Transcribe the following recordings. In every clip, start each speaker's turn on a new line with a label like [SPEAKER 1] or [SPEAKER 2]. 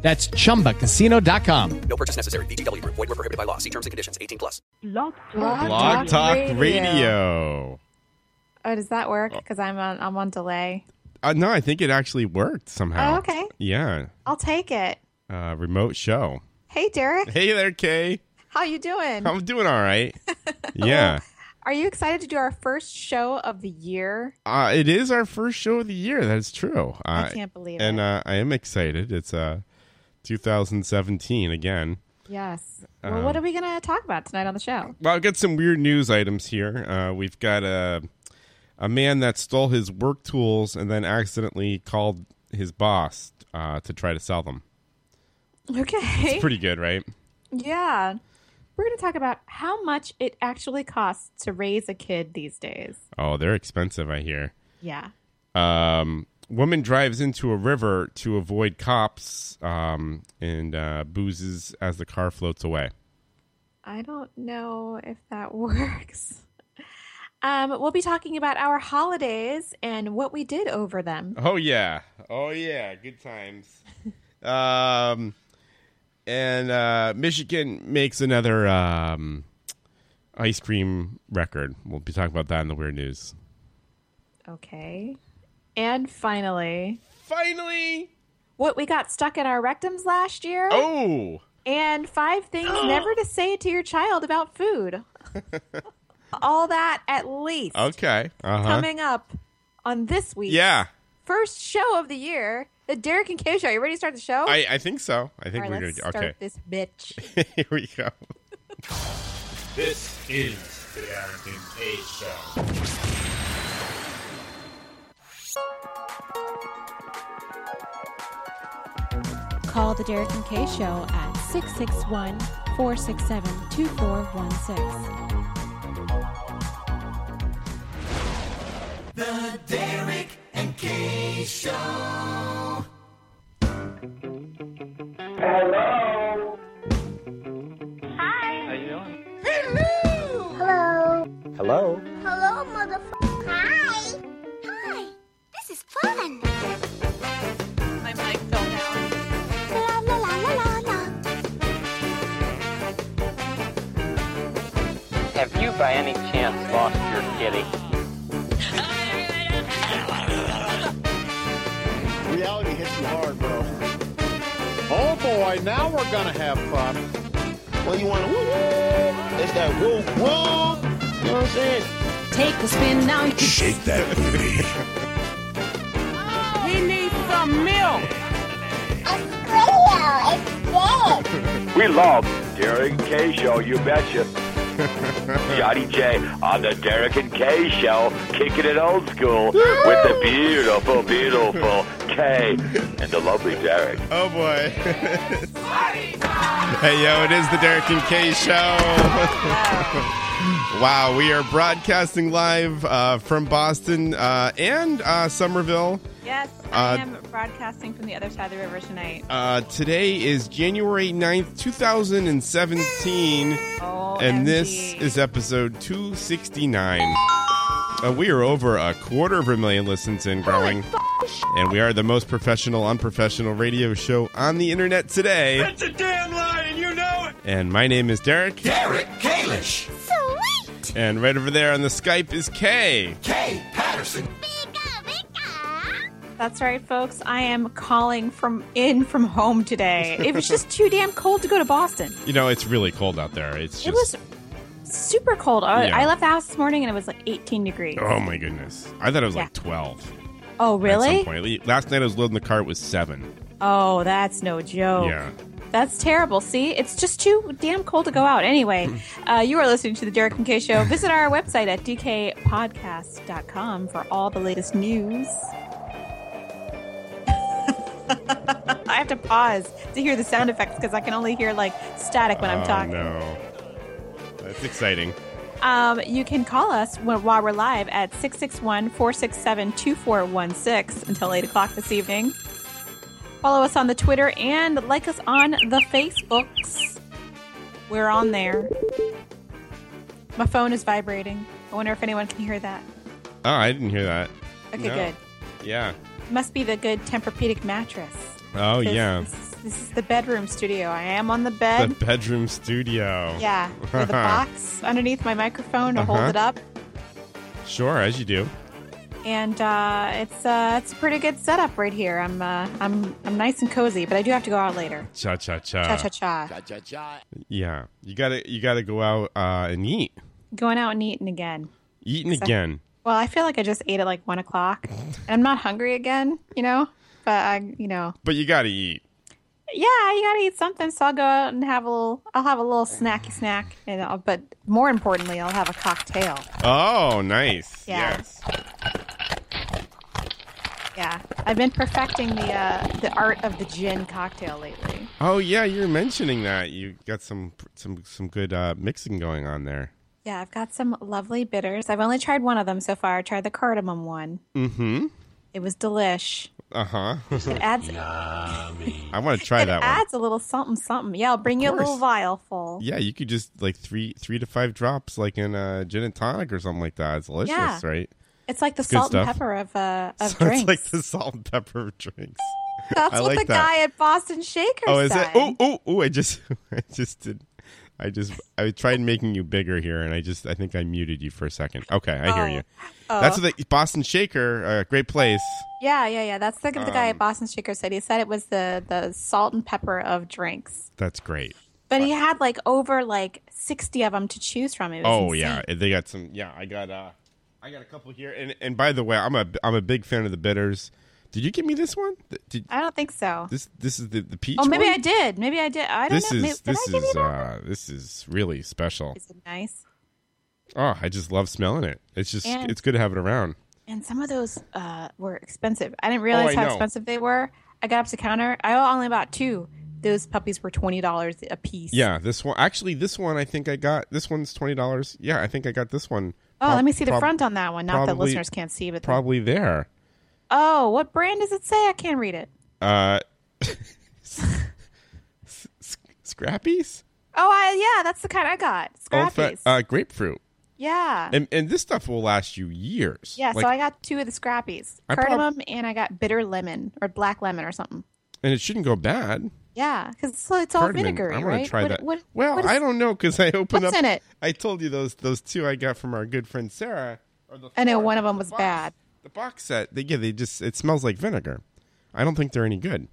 [SPEAKER 1] That's chumbacasino.com.
[SPEAKER 2] No purchase necessary. BGW. Void were prohibited by law. See terms and conditions. 18 plus.
[SPEAKER 3] Blog
[SPEAKER 4] Blog Talk
[SPEAKER 5] Blog Talk
[SPEAKER 4] Radio.
[SPEAKER 5] Radio.
[SPEAKER 4] Oh, does that work? Because I'm on I'm on delay.
[SPEAKER 5] Uh, no, I think it actually worked somehow.
[SPEAKER 4] Oh, okay.
[SPEAKER 5] Yeah.
[SPEAKER 4] I'll take it.
[SPEAKER 5] Uh, remote show.
[SPEAKER 4] Hey, Derek,
[SPEAKER 5] Hey there, Kay.
[SPEAKER 4] how you doing?
[SPEAKER 5] I'm doing all right. yeah.
[SPEAKER 4] Are you excited to do our first show of the year?
[SPEAKER 5] Uh, it is our first show of the year. That is true. Uh,
[SPEAKER 4] I can't believe
[SPEAKER 5] and
[SPEAKER 4] it.
[SPEAKER 5] uh, I am excited. It's uh, 2017 again.
[SPEAKER 4] yes.
[SPEAKER 5] um,
[SPEAKER 4] well, what are we gonna talk about tonight on the show?
[SPEAKER 5] Well, I've got some weird news items here. Uh, we've got a a man that stole his work tools and then accidentally called his boss uh, to try to sell them.
[SPEAKER 4] Okay.
[SPEAKER 5] It's pretty good, right?
[SPEAKER 4] yeah. We're gonna talk about how much it actually costs to raise a kid these days.
[SPEAKER 5] Oh, they're expensive, I hear.
[SPEAKER 4] Yeah.
[SPEAKER 5] Um, woman drives into a river to avoid cops um, and uh, boozes as the car floats away.
[SPEAKER 4] I don't know if that works. Um, we'll be talking about our holidays and what we did over them.
[SPEAKER 5] Oh yeah, oh yeah, good times. um, and uh, Michigan makes another um, ice cream record. We'll be talking about that in the weird news.
[SPEAKER 4] Okay. And finally,
[SPEAKER 5] Finally,
[SPEAKER 4] what we got stuck in our rectums last year,
[SPEAKER 5] oh,
[SPEAKER 4] and five things never to say to your child about food. All that at least
[SPEAKER 5] okay, uh huh,
[SPEAKER 4] coming up on this week's
[SPEAKER 5] yeah.
[SPEAKER 4] first show of the year, the Derek and Kay show. You ready to start the show?
[SPEAKER 5] I, I think so. I think
[SPEAKER 4] All
[SPEAKER 5] we're
[SPEAKER 4] right,
[SPEAKER 5] gonna
[SPEAKER 4] let's start
[SPEAKER 5] okay.
[SPEAKER 4] this bitch.
[SPEAKER 5] Here we go.
[SPEAKER 6] This is the Derek and Kay Show.
[SPEAKER 3] Call the Derek and Kay Show at 661 467 2416.
[SPEAKER 7] Hello. Hello. Hello, motherfucker. Hi. Hi. This is fun.
[SPEAKER 8] My mic fell down.
[SPEAKER 7] La la la la la la.
[SPEAKER 9] Have you by any chance lost your kitty?
[SPEAKER 6] Reality hits you hard, bro. Oh boy, now we're gonna have fun. Well, you want to woo woo? It's that woo woo. You know what I'm saying?
[SPEAKER 3] Take the spin now.
[SPEAKER 6] Shake that booty.
[SPEAKER 7] Australia, it's big.
[SPEAKER 10] We love Derek and Kay Show, you betcha. Johnny J on the Derek and Kay Show, kicking it old school with the beautiful, beautiful Kay and the lovely Derek.
[SPEAKER 5] Oh boy. hey yo, it is the Derek and Kay show. wow, we are broadcasting live uh, from Boston uh, and uh, Somerville.
[SPEAKER 8] Yes, I
[SPEAKER 5] Uh,
[SPEAKER 8] am broadcasting from the other side of the river tonight.
[SPEAKER 5] Uh, today is January 9th, 2017,
[SPEAKER 8] Oh,
[SPEAKER 5] and this is episode 269. Uh, we are over a quarter of a million listens and growing, and we are the most professional, unprofessional radio show on the internet today.
[SPEAKER 6] It's a damn lie, and you know it.
[SPEAKER 5] And my name is Derek.
[SPEAKER 6] Derek Kalish,
[SPEAKER 7] Sweet.
[SPEAKER 5] And right over there on the Skype is Kay.
[SPEAKER 6] Kay Patterson.
[SPEAKER 7] Bigga, bigga.
[SPEAKER 4] That's right, folks. I am calling from in from home today. It was just too damn cold to go to Boston.
[SPEAKER 5] You know, it's really cold out there. It's just.
[SPEAKER 4] It was super cold. I,
[SPEAKER 5] Yeah.
[SPEAKER 4] I left the house this morning and it was like 18 degrees.
[SPEAKER 5] oh my goodness. I thought it was like
[SPEAKER 4] Yeah.
[SPEAKER 5] 12.
[SPEAKER 4] oh,
[SPEAKER 5] At
[SPEAKER 4] really?
[SPEAKER 5] some point. Last night I was loading the car, it was 7.
[SPEAKER 4] Oh, that's no joke.
[SPEAKER 5] Yeah.
[SPEAKER 4] That's terrible. See, it's just too damn cold to go out. Anyway, uh, you are listening to The Derek and Kay Show. Visit our website at dkpodcast.com for all the latest news. I have to pause to hear the sound effects because I can only hear like static when I'm
[SPEAKER 5] Oh,
[SPEAKER 4] talking.
[SPEAKER 5] no. That's exciting.
[SPEAKER 4] Um, you can call us when, while we're live at 661 467 2416 until 8 o'clock this evening. Follow us on the Twitter and like us on the Facebooks. We're on there. My phone is vibrating. I wonder if anyone can hear that.
[SPEAKER 5] Oh, I didn't hear that.
[SPEAKER 4] Okay,
[SPEAKER 5] No.
[SPEAKER 4] good.
[SPEAKER 5] Yeah.
[SPEAKER 4] Must be the good Tempur-Pedic mattress.
[SPEAKER 5] Oh,
[SPEAKER 4] 'Cause
[SPEAKER 5] yeah.
[SPEAKER 4] This is, this is the bedroom studio. I am on the
[SPEAKER 5] The
[SPEAKER 4] bed.
[SPEAKER 5] bedroom studio.
[SPEAKER 4] yeah. With a box underneath my microphone to hold
[SPEAKER 5] Uh-huh.
[SPEAKER 4] it up.
[SPEAKER 5] Sure, as you do.
[SPEAKER 4] and uh, it's uh, it's a pretty good setup right here. I'm uh, I'm I'm nice and cozy, but I do have to go out later.
[SPEAKER 5] Cha cha Uh, cha.
[SPEAKER 4] Cha cha cha,
[SPEAKER 5] Yeah. You gotta you gotta go out uh, and eat.
[SPEAKER 4] going out and eating again.
[SPEAKER 5] Eating
[SPEAKER 4] So-
[SPEAKER 5] again.
[SPEAKER 4] Well, I feel like I just ate at like one o'clock, and I'm not hungry again. You know, but I you know
[SPEAKER 5] But you gotta eat.
[SPEAKER 4] yeah, you gotta eat something. So I'll go out and have a little. I'll have a little snacky snack, and I'll, but more importantly, I'll have a cocktail.
[SPEAKER 5] Oh, nice.
[SPEAKER 4] Yeah.
[SPEAKER 5] Yes.
[SPEAKER 4] Yeah, I've been perfecting the uh, the art of the gin cocktail lately.
[SPEAKER 5] Oh yeah, you're mentioning that. You got some some some good uh, mixing going on there.
[SPEAKER 4] Yeah, I've got some lovely bitters. I've only tried one of them so far. I tried the cardamom one.
[SPEAKER 5] Mm-hmm.
[SPEAKER 4] It was delish.
[SPEAKER 5] Uh huh.
[SPEAKER 4] It adds
[SPEAKER 5] I want to try
[SPEAKER 4] it
[SPEAKER 5] that one.
[SPEAKER 4] adds a little something something. Yeah, I'll bring you a
[SPEAKER 5] course.
[SPEAKER 4] little vial full.
[SPEAKER 5] Yeah, you could just like three three to five drops, like in a gin and tonic or something like that. It's delicious,
[SPEAKER 4] Yeah.
[SPEAKER 5] right?
[SPEAKER 4] It's like the
[SPEAKER 5] good
[SPEAKER 4] salt and
[SPEAKER 5] stuff.
[SPEAKER 4] pepper of uh of
[SPEAKER 5] so
[SPEAKER 4] drinks.
[SPEAKER 5] it's like the salt and pepper of drinks.
[SPEAKER 4] That's
[SPEAKER 5] I
[SPEAKER 4] what
[SPEAKER 5] like
[SPEAKER 4] the
[SPEAKER 5] that.
[SPEAKER 4] guy at Boston Shaker
[SPEAKER 5] Oh, is
[SPEAKER 4] said.
[SPEAKER 5] it? Oh, oh, oh! I just, I just did, I just, I tried making you bigger here, and I just, I think I muted you for a second. Okay, I hear
[SPEAKER 4] Oh.
[SPEAKER 5] you.
[SPEAKER 4] Oh.
[SPEAKER 5] That's what the Boston Shaker, uh, great place.
[SPEAKER 4] Yeah, yeah, yeah. That's the, the guy
[SPEAKER 5] Um.
[SPEAKER 4] at Boston Shaker said. He said it was the the salt and pepper of drinks.
[SPEAKER 5] That's great.
[SPEAKER 4] But he had like over like 60 of them to choose from. It was
[SPEAKER 5] Oh
[SPEAKER 4] insane.
[SPEAKER 5] yeah, they got some. Yeah, I got, uh, I got a couple here. And and by the way, I'm a, I'm a big fan of the bitters. Did you give me this one? Th- Did
[SPEAKER 4] I don't think so.
[SPEAKER 5] this, this is the the peach.
[SPEAKER 4] Oh, maybe
[SPEAKER 5] one?
[SPEAKER 4] I did. Maybe I did. I don't
[SPEAKER 5] this
[SPEAKER 4] know. Maybe,
[SPEAKER 5] is
[SPEAKER 4] did I
[SPEAKER 5] this
[SPEAKER 4] give you
[SPEAKER 5] is
[SPEAKER 4] that?
[SPEAKER 5] uh this is really special.
[SPEAKER 4] Is it nice?
[SPEAKER 5] Oh, I just love smelling it. It's just
[SPEAKER 4] And-
[SPEAKER 5] it's good to have it around.
[SPEAKER 4] And some of those uh, were expensive. I didn't realize
[SPEAKER 5] Oh, I
[SPEAKER 4] how
[SPEAKER 5] know.
[SPEAKER 4] expensive they were. I got up to the counter. I only bought two. Those puppies were twenty dollars a piece.
[SPEAKER 5] Yeah, this one actually this one I think I got this one's twenty dollars. Yeah, I think I got this one.
[SPEAKER 4] Oh,
[SPEAKER 5] Prob-
[SPEAKER 4] let me see the
[SPEAKER 5] prob-
[SPEAKER 4] front on that one. Not that
[SPEAKER 5] probably-
[SPEAKER 4] listeners can't see, but the-
[SPEAKER 5] Probably there.
[SPEAKER 4] oh, what brand does it say? I can't read it.
[SPEAKER 5] Uh, s- s- scrappies,
[SPEAKER 4] Oh, I yeah, that's the kind I got.
[SPEAKER 5] Old
[SPEAKER 4] Scrappies.
[SPEAKER 5] fa- uh, grapefruit,
[SPEAKER 4] yeah.
[SPEAKER 5] and and this stuff will last you years.
[SPEAKER 4] yeah,
[SPEAKER 5] Like-
[SPEAKER 4] so I got two of the scrappies.
[SPEAKER 5] I prob-
[SPEAKER 4] Cardamom and I got bitter lemon or black lemon or something.
[SPEAKER 5] and it shouldn't go bad.
[SPEAKER 4] Yeah, because it's, it's all
[SPEAKER 5] Cardamom.
[SPEAKER 4] vinegary,
[SPEAKER 5] I want
[SPEAKER 4] right?
[SPEAKER 5] to try
[SPEAKER 4] What-
[SPEAKER 5] that.
[SPEAKER 4] what-
[SPEAKER 5] well,
[SPEAKER 4] what is-
[SPEAKER 5] I don't know because I opened
[SPEAKER 4] what's
[SPEAKER 5] up.
[SPEAKER 4] in it?
[SPEAKER 5] I told you those those two I got from our good friend Sarah. Or the
[SPEAKER 4] I know
[SPEAKER 5] four,
[SPEAKER 4] one of them was
[SPEAKER 5] box-
[SPEAKER 4] bad.
[SPEAKER 5] The box set, they, yeah, they just it smells like vinegar. I don't think they're any good.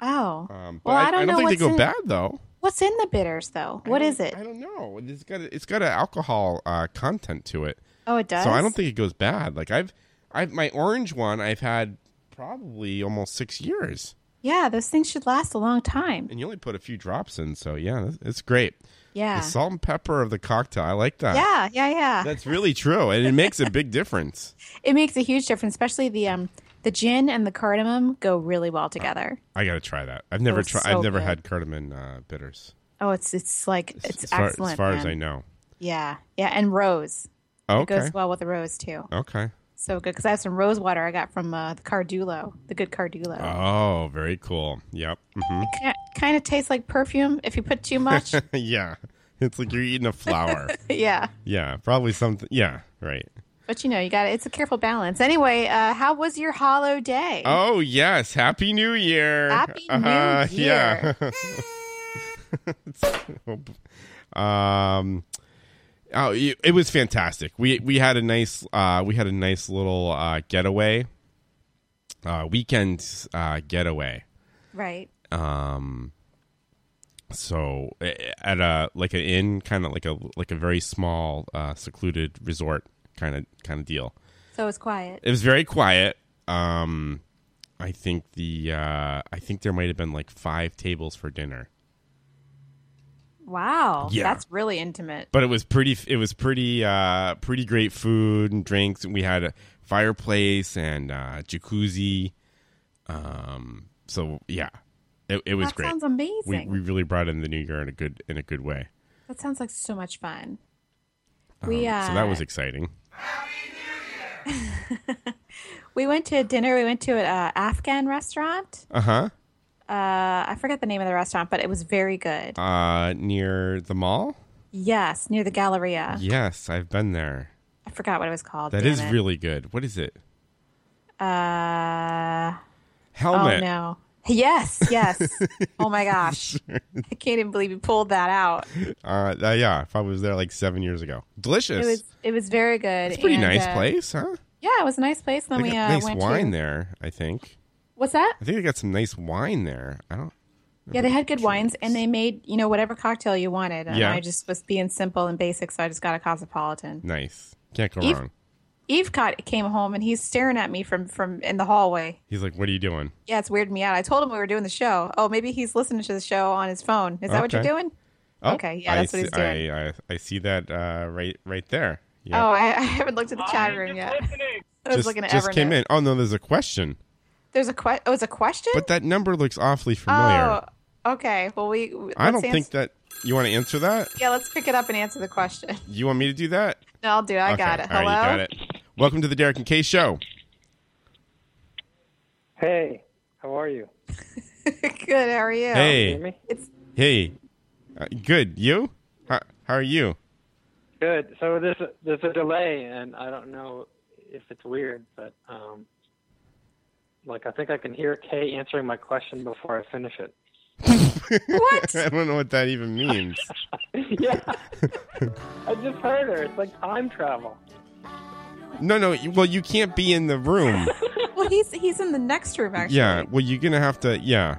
[SPEAKER 4] Oh,
[SPEAKER 5] Um, but
[SPEAKER 4] well,
[SPEAKER 5] I,
[SPEAKER 4] I, don't know
[SPEAKER 5] think
[SPEAKER 4] what's
[SPEAKER 5] they go
[SPEAKER 4] in,
[SPEAKER 5] bad though.
[SPEAKER 4] What's in the bitters though?
[SPEAKER 5] I
[SPEAKER 4] What
[SPEAKER 5] don't-
[SPEAKER 4] is it?
[SPEAKER 5] I don't know. It's got a, it's got an alcohol uh, content to it,
[SPEAKER 4] Oh, it does.
[SPEAKER 5] so I don't think it goes bad. Like I've I've my orange one I've had probably almost six years,
[SPEAKER 4] Yeah, those things should last a long time.
[SPEAKER 5] and you only put a few drops in, so yeah, that's- it's great.
[SPEAKER 4] Yeah.
[SPEAKER 5] The salt and pepper of the cocktail, I like that.
[SPEAKER 4] Yeah, yeah, yeah.
[SPEAKER 5] That's really true, and it makes a big difference.
[SPEAKER 4] it makes a huge difference, especially the um the gin and the cardamom go really well together.
[SPEAKER 5] I gotta try that. I've never
[SPEAKER 4] was
[SPEAKER 5] tried.
[SPEAKER 4] so
[SPEAKER 5] I've never
[SPEAKER 4] good.
[SPEAKER 5] had cardamom uh, bitters.
[SPEAKER 4] Oh, it's it's like it's
[SPEAKER 5] as far,
[SPEAKER 4] excellent.
[SPEAKER 5] as, far as
[SPEAKER 4] man.
[SPEAKER 5] I know.
[SPEAKER 4] Yeah, yeah, and rose it
[SPEAKER 5] Okay.
[SPEAKER 4] goes well with the rose too.
[SPEAKER 5] Okay.
[SPEAKER 4] So good because I have some rose water I got from uh, the Cardulo, the good Cardulo.
[SPEAKER 5] Oh, very cool. Yep. hmm
[SPEAKER 4] It kind of tastes like perfume if you put too much.
[SPEAKER 5] yeah. It's like you're eating a flower.
[SPEAKER 4] yeah,
[SPEAKER 5] yeah. Probably something. Yeah. Right.
[SPEAKER 4] but you know you got to It's a careful balance. Anyway, uh, how was your hollow day?
[SPEAKER 5] Oh yes. Happy New Year.
[SPEAKER 4] Happy New
[SPEAKER 5] Uh,
[SPEAKER 4] Year.
[SPEAKER 5] Yeah. um. Oh, it it was fantastic. We we had a nice uh, we had a nice little uh, getaway, uh, weekend uh, getaway.
[SPEAKER 4] Right.
[SPEAKER 5] um so eh, at a like an inn kind of like a like a very small uh secluded resort kind of kind of deal
[SPEAKER 4] So it's quiet.
[SPEAKER 5] it was very quiet um i think the uh i think there might have been like five tables for dinner
[SPEAKER 4] Wow.
[SPEAKER 5] Yeah.
[SPEAKER 4] That's really intimate.
[SPEAKER 5] but it was pretty it was pretty uh pretty great food and drinks and we had a fireplace and uh jacuzzi um so yeah it, it was
[SPEAKER 4] That
[SPEAKER 5] great
[SPEAKER 4] sounds amazing.
[SPEAKER 5] we, we really brought in the new year in a good in a good way
[SPEAKER 4] That sounds like so much fun. We
[SPEAKER 5] Um,
[SPEAKER 4] uh,
[SPEAKER 5] so that was exciting.
[SPEAKER 4] we went to dinner. We went to an uh, Afghan restaurant.
[SPEAKER 5] Uh huh.
[SPEAKER 4] Uh, I forget the name of the restaurant, but it was very good.
[SPEAKER 5] Uh, near the mall.
[SPEAKER 4] yes, near the Galleria.
[SPEAKER 5] Yes, I've been there.
[SPEAKER 4] I forgot what it was called.
[SPEAKER 5] That
[SPEAKER 4] damn
[SPEAKER 5] is
[SPEAKER 4] it.
[SPEAKER 5] really good. What is it?
[SPEAKER 4] Uh,
[SPEAKER 5] Helmet.
[SPEAKER 4] Oh no. Yes, yes. oh my gosh. I can't even believe you pulled that out.
[SPEAKER 5] Uh, uh, yeah, if I was there like seven years ago.
[SPEAKER 4] It
[SPEAKER 5] Delicious.
[SPEAKER 4] was it was very good.
[SPEAKER 5] it's a pretty
[SPEAKER 4] and,
[SPEAKER 5] nice
[SPEAKER 4] uh,
[SPEAKER 5] place, huh?
[SPEAKER 4] Yeah, it was a nice place. And then
[SPEAKER 5] they
[SPEAKER 4] we
[SPEAKER 5] got
[SPEAKER 4] uh,
[SPEAKER 5] nice
[SPEAKER 4] went
[SPEAKER 5] wine
[SPEAKER 4] to
[SPEAKER 5] there, I think.
[SPEAKER 4] What's that?
[SPEAKER 5] I think they got some nice wine there. I don't.
[SPEAKER 4] Yeah, they had good wines and they made, you know, whatever cocktail you wanted. And
[SPEAKER 5] Yeah.
[SPEAKER 4] I just was being simple and basic, so I just got a cosmopolitan.
[SPEAKER 5] Nice. Can't go
[SPEAKER 4] Eve-
[SPEAKER 5] wrong.
[SPEAKER 4] Evecott came home and he's staring at me from from in the hallway.
[SPEAKER 5] He's like, "What are you doing?"
[SPEAKER 4] Yeah, it's weirded me out. I told him we were doing the show. Oh, maybe he's listening to the show on his phone. Is that what you're
[SPEAKER 5] Okay.
[SPEAKER 4] doing?
[SPEAKER 5] Oh,
[SPEAKER 4] Okay, yeah,
[SPEAKER 5] I
[SPEAKER 4] that's what
[SPEAKER 5] see-
[SPEAKER 4] he's doing.
[SPEAKER 5] I, I, I see that uh, right right there. Yeah.
[SPEAKER 4] Oh, I, I haven't looked at the chat room yet. I was
[SPEAKER 5] just,
[SPEAKER 4] looking at
[SPEAKER 5] just
[SPEAKER 4] Evernote.
[SPEAKER 5] came in. Oh no, there's a question,
[SPEAKER 4] There's a question. Oh, it's a question.
[SPEAKER 5] but that number looks awfully familiar.
[SPEAKER 4] Oh, okay. Well, we. Let's
[SPEAKER 5] I don't
[SPEAKER 4] ans-
[SPEAKER 5] think that you want to answer that.
[SPEAKER 4] Yeah, let's pick it up and answer the question.
[SPEAKER 5] You want me to do that?
[SPEAKER 4] No, I'll do. it. I
[SPEAKER 5] Okay,
[SPEAKER 4] got it.
[SPEAKER 5] all
[SPEAKER 4] Hello.
[SPEAKER 5] right, you got it. Welcome to the Derek and Kay Show.
[SPEAKER 11] Hey, how are you?
[SPEAKER 4] Good. How are Oh, you?
[SPEAKER 11] Hear
[SPEAKER 5] Hey,
[SPEAKER 11] me?
[SPEAKER 5] hey, uh, good. You? How, how are you?
[SPEAKER 11] Good. So there's a, there's a delay, and I don't know if it's weird, but um, like I think I can hear Kay answering my question before I finish it.
[SPEAKER 4] What?
[SPEAKER 5] I don't know what that even means.
[SPEAKER 11] yeah, I just heard her. It's like time travel.
[SPEAKER 5] no, no. you- Well, you can't be in the room.
[SPEAKER 4] well, he's he's in the next room actually.
[SPEAKER 5] yeah. Well, you're gonna have to. Yeah.